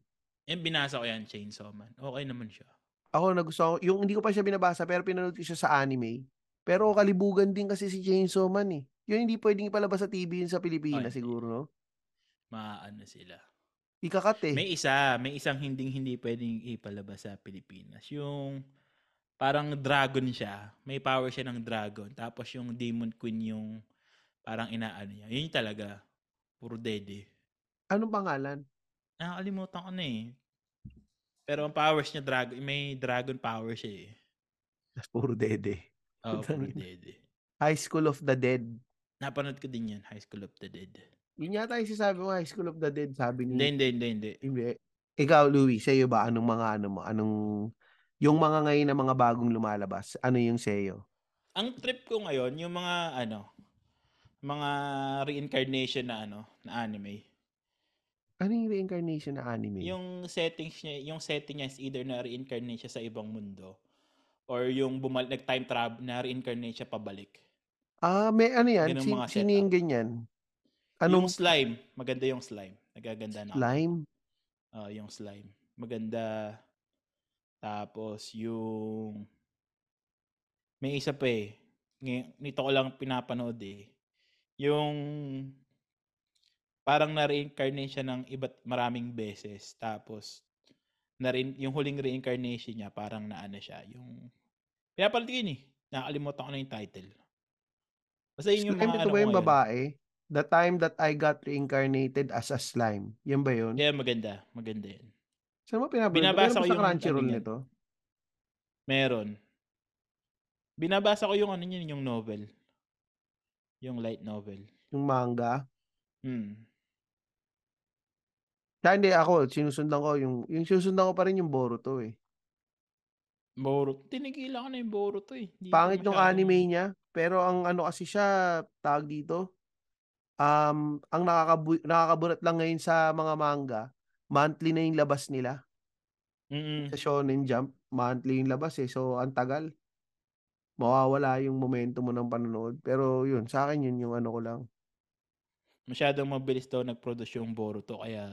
Yan, binasa ko yan, Chainsaw Man. Okay naman siya. Ako, nagustuhan ko. Yung hindi ko pa siya binabasa, pero pinanood ko siya sa anime. Pero kalibugan din kasi si Chainsaw Man eh. Yun, hindi pwedeng ipalabas sa TV yun sa Pilipinas hindi. siguro, no? Maano sila. Ikakat eh. May isa, may isang hinding hindi pwedeng ipalabas sa Pilipinas. Yung parang dragon siya. May power siya ng dragon. Tapos yung Demon Queen yung parang inaano niya. Yun yung talaga. Puro dede. Anong pangalan? Nakakalimutan ko na eh. Pero ang powers niya, dragon, may dragon power siya eh. Puro dede. Oh, puro Putang ina. dede. High School of the Dead. Napanood ko din yan, High School of the Dead. Yun yata yung sinasabi mo, High School of the Dead, sabi ni... Hindi, hindi, hindi, hindi. Hindi. Ikaw, Louie, sa'yo ba? Anong mga ano mo? Anong... Yung mga ngayon na mga bagong lumalabas, ano yung sa'yo? ang trip ko ngayon yung mga ano mga reincarnation na ano na anime. Ano yung reincarnation na anime? Yung settings niya, yung setting niya is either na reincarnate siya sa ibang mundo or yung bumal nag time travel na reincarnate siya pabalik. Ah, may ano yan? Ganun Sin- mga sino yung ganyan? Anong Yung slime, maganda yung slime. Nagaganda na. ako. slime? Ah, yung slime. Maganda. Tapos yung may isa pa eh. Ngay- Nito ko lang pinapanood eh. Yung parang na-reincarnate siya ng iba't maraming beses. Tapos na yung huling reincarnation niya parang naano siya. Yung pinapanood ko yun eh. Nakalimutan ko na yung title. Basta yun yung slime mga ito ano ba ko yung ngayon. babae? The time that I got reincarnated as a slime. Yan ba yun? Yeah, maganda. Maganda yun. Saan mo pinabasa? Binabasa ko sa yung ano Crunchyroll niyan. nito? Meron. Binabasa ko yung ano yun, yung novel. Yung light novel. Yung manga? Hmm. Kaya hindi ako, sinusundan ko yung, yung sinusundan ko pa rin yung Boruto eh. Boruto. Tinigilan ko na yung Boruto eh. Hindi ko Pangit yung masyadong- anime niya, pero ang ano kasi siya, tawag dito, um, ang nakakabu- nakakaburat lang ngayon sa mga manga, monthly na yung labas nila. Mm-mm. Sa Shonen Jump, monthly yung labas eh. So, ang tagal. Mawawala yung momentum mo ng panonood. Pero yun, sa akin yun yung ano ko lang. Masyadong mabilis daw nag-produce yung Boruto kaya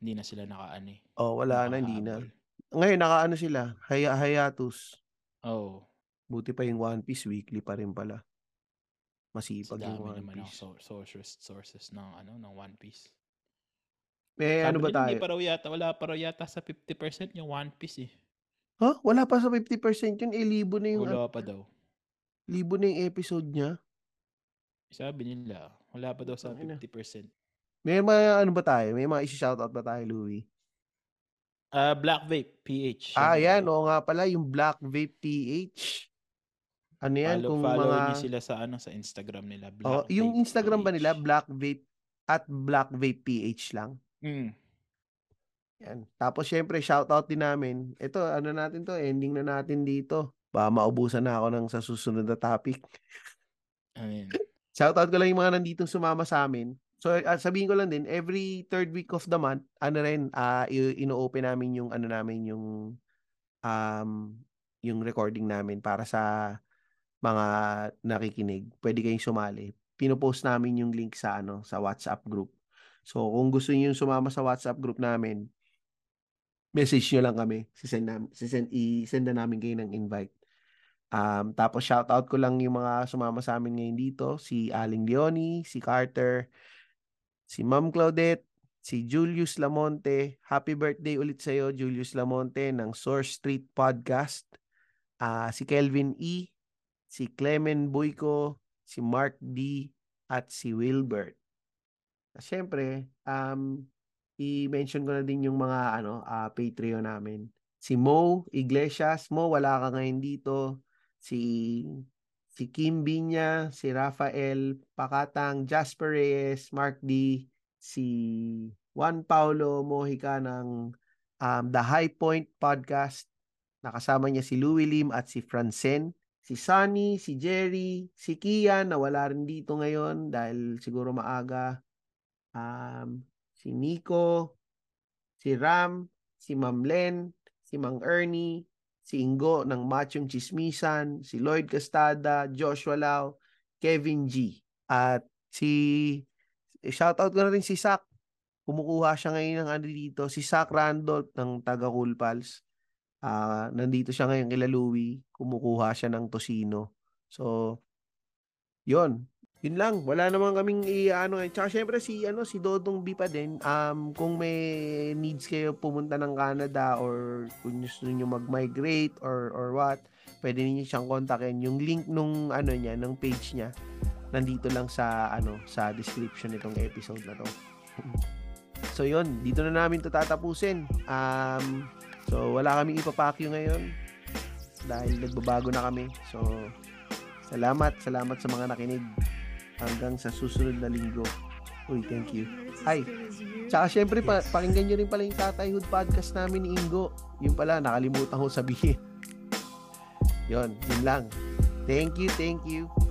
hindi na sila nakaano eh. Oh, wala na, hindi na. nakahabol. Ngayon, nakaano sila, haya, hiatus. Oo. Oh, Buti pa yung One Piece, weekly pa rin pala. sa Masipag dami yung One naman oh. ng Piece. so- sources, sources ng, ano, ng One Piece. Eh, ano Sabi ba nila, tayo? Hindi pa raw yata, wala pa raw yata sa 50% yung One Piece eh. Ha? Wala pa sa 50% yun. Eh, libo na yung, Wala pa daw. libo na yung episode niya. Sabi nila, wala pa daw sa Tangina. 50%. May mga ano ba tayo? May mga isi-shoutout ba tayo, Louie? Ah, Black Vape, PH. Ah, yan yan. Oo nga pala. Yung Black Vape PH. Ano yan? follow, kung follow mga... niyo sila sa ano sa Instagram nila. Oh, Black yung Vape Instagram ba PH. nila Hmm, Black Vape at Black Vape PH lang? Mm. Yan. Tapos syempre, shoutout din namin. Ito, ano natin to, ending na natin dito. Baka maubusan na ako ng sa susunod na topic. Ayun. Shoutout ko lang yung mga nandito sumama sa amin. So, ah, sabihin ko lang din, every third week of the month, ano rin, ah i- ino-open namin yung, ano namin, yung, um, yung recording namin para sa mga nakikinig. Pwede kayong sumali. Pinopost namin yung link sa, ano, sa WhatsApp group. So, kung gusto niyo yung sumama sa WhatsApp group namin, message nyo lang kami. Sisend, nam- sisend, i-send na namin kayo ng invite. Um, tapos shoutout ko lang yung mga sumama sa amin ngayon dito. Si Aling Leoni, si Carter, si Ma'am Claudette, si Julius Lamonte. Happy birthday ulit sa'yo, Julius Lamonte ng Source Street Podcast. Ah, si Kelvin E, si Clemen Boyko, si Mark D, at si Wilbert. Siyempre, um, i-mention ko na din yung mga ano, ah, Patreon namin. Si Mo Iglesias, Mo wala ka ngayon dito si si Kim Binya, si Rafael Pakatang, Jasper Reyes, Mark D, si Juan Paulo Mojica ng um, The High Point Podcast. Nakasama niya si Louie Lim at si Francen, si Sunny, si Jerry, si Kian na wala rin dito ngayon dahil siguro maaga. Um, si Nico, si Ram, si Ma'am Len, si Mang Ernie, si Ingo ng Machong Chismisan, si Lloyd Castada, Joshua Lau, Kevin G. At si shoutout ko na rin si Sak. Kumukuha siya ngayon ng ano dito, si Sak Randolph ng taga Cool Pals. Ah, nandito siya ngayon kila Louie, kumukuha siya ng Tosino. So, 'yon. Yun lang, wala naman kaming i-ano eh. Tsaka syempre si ano si Dodong B pa din. Um kung may needs kayo pumunta ng Canada or kung gusto niyo mag-migrate or or what, pwede niyo siyang kontakin. Yung link nung ano niya, ng page niya nandito lang sa ano sa description nitong episode na to. so yun, dito na namin to tatapusin. Um so wala kami ipapakyo ngayon dahil nagbabago na kami. So salamat, salamat sa mga nakinig hanggang sa susunod na linggo. Uy, thank you. Ay, tsaka syempre, pa, pakinggan nyo rin pala yung Tatayhood podcast namin ni Ingo. Yun pala, nakalimutan ko sabihin. Yun, yun lang. Thank you, thank you.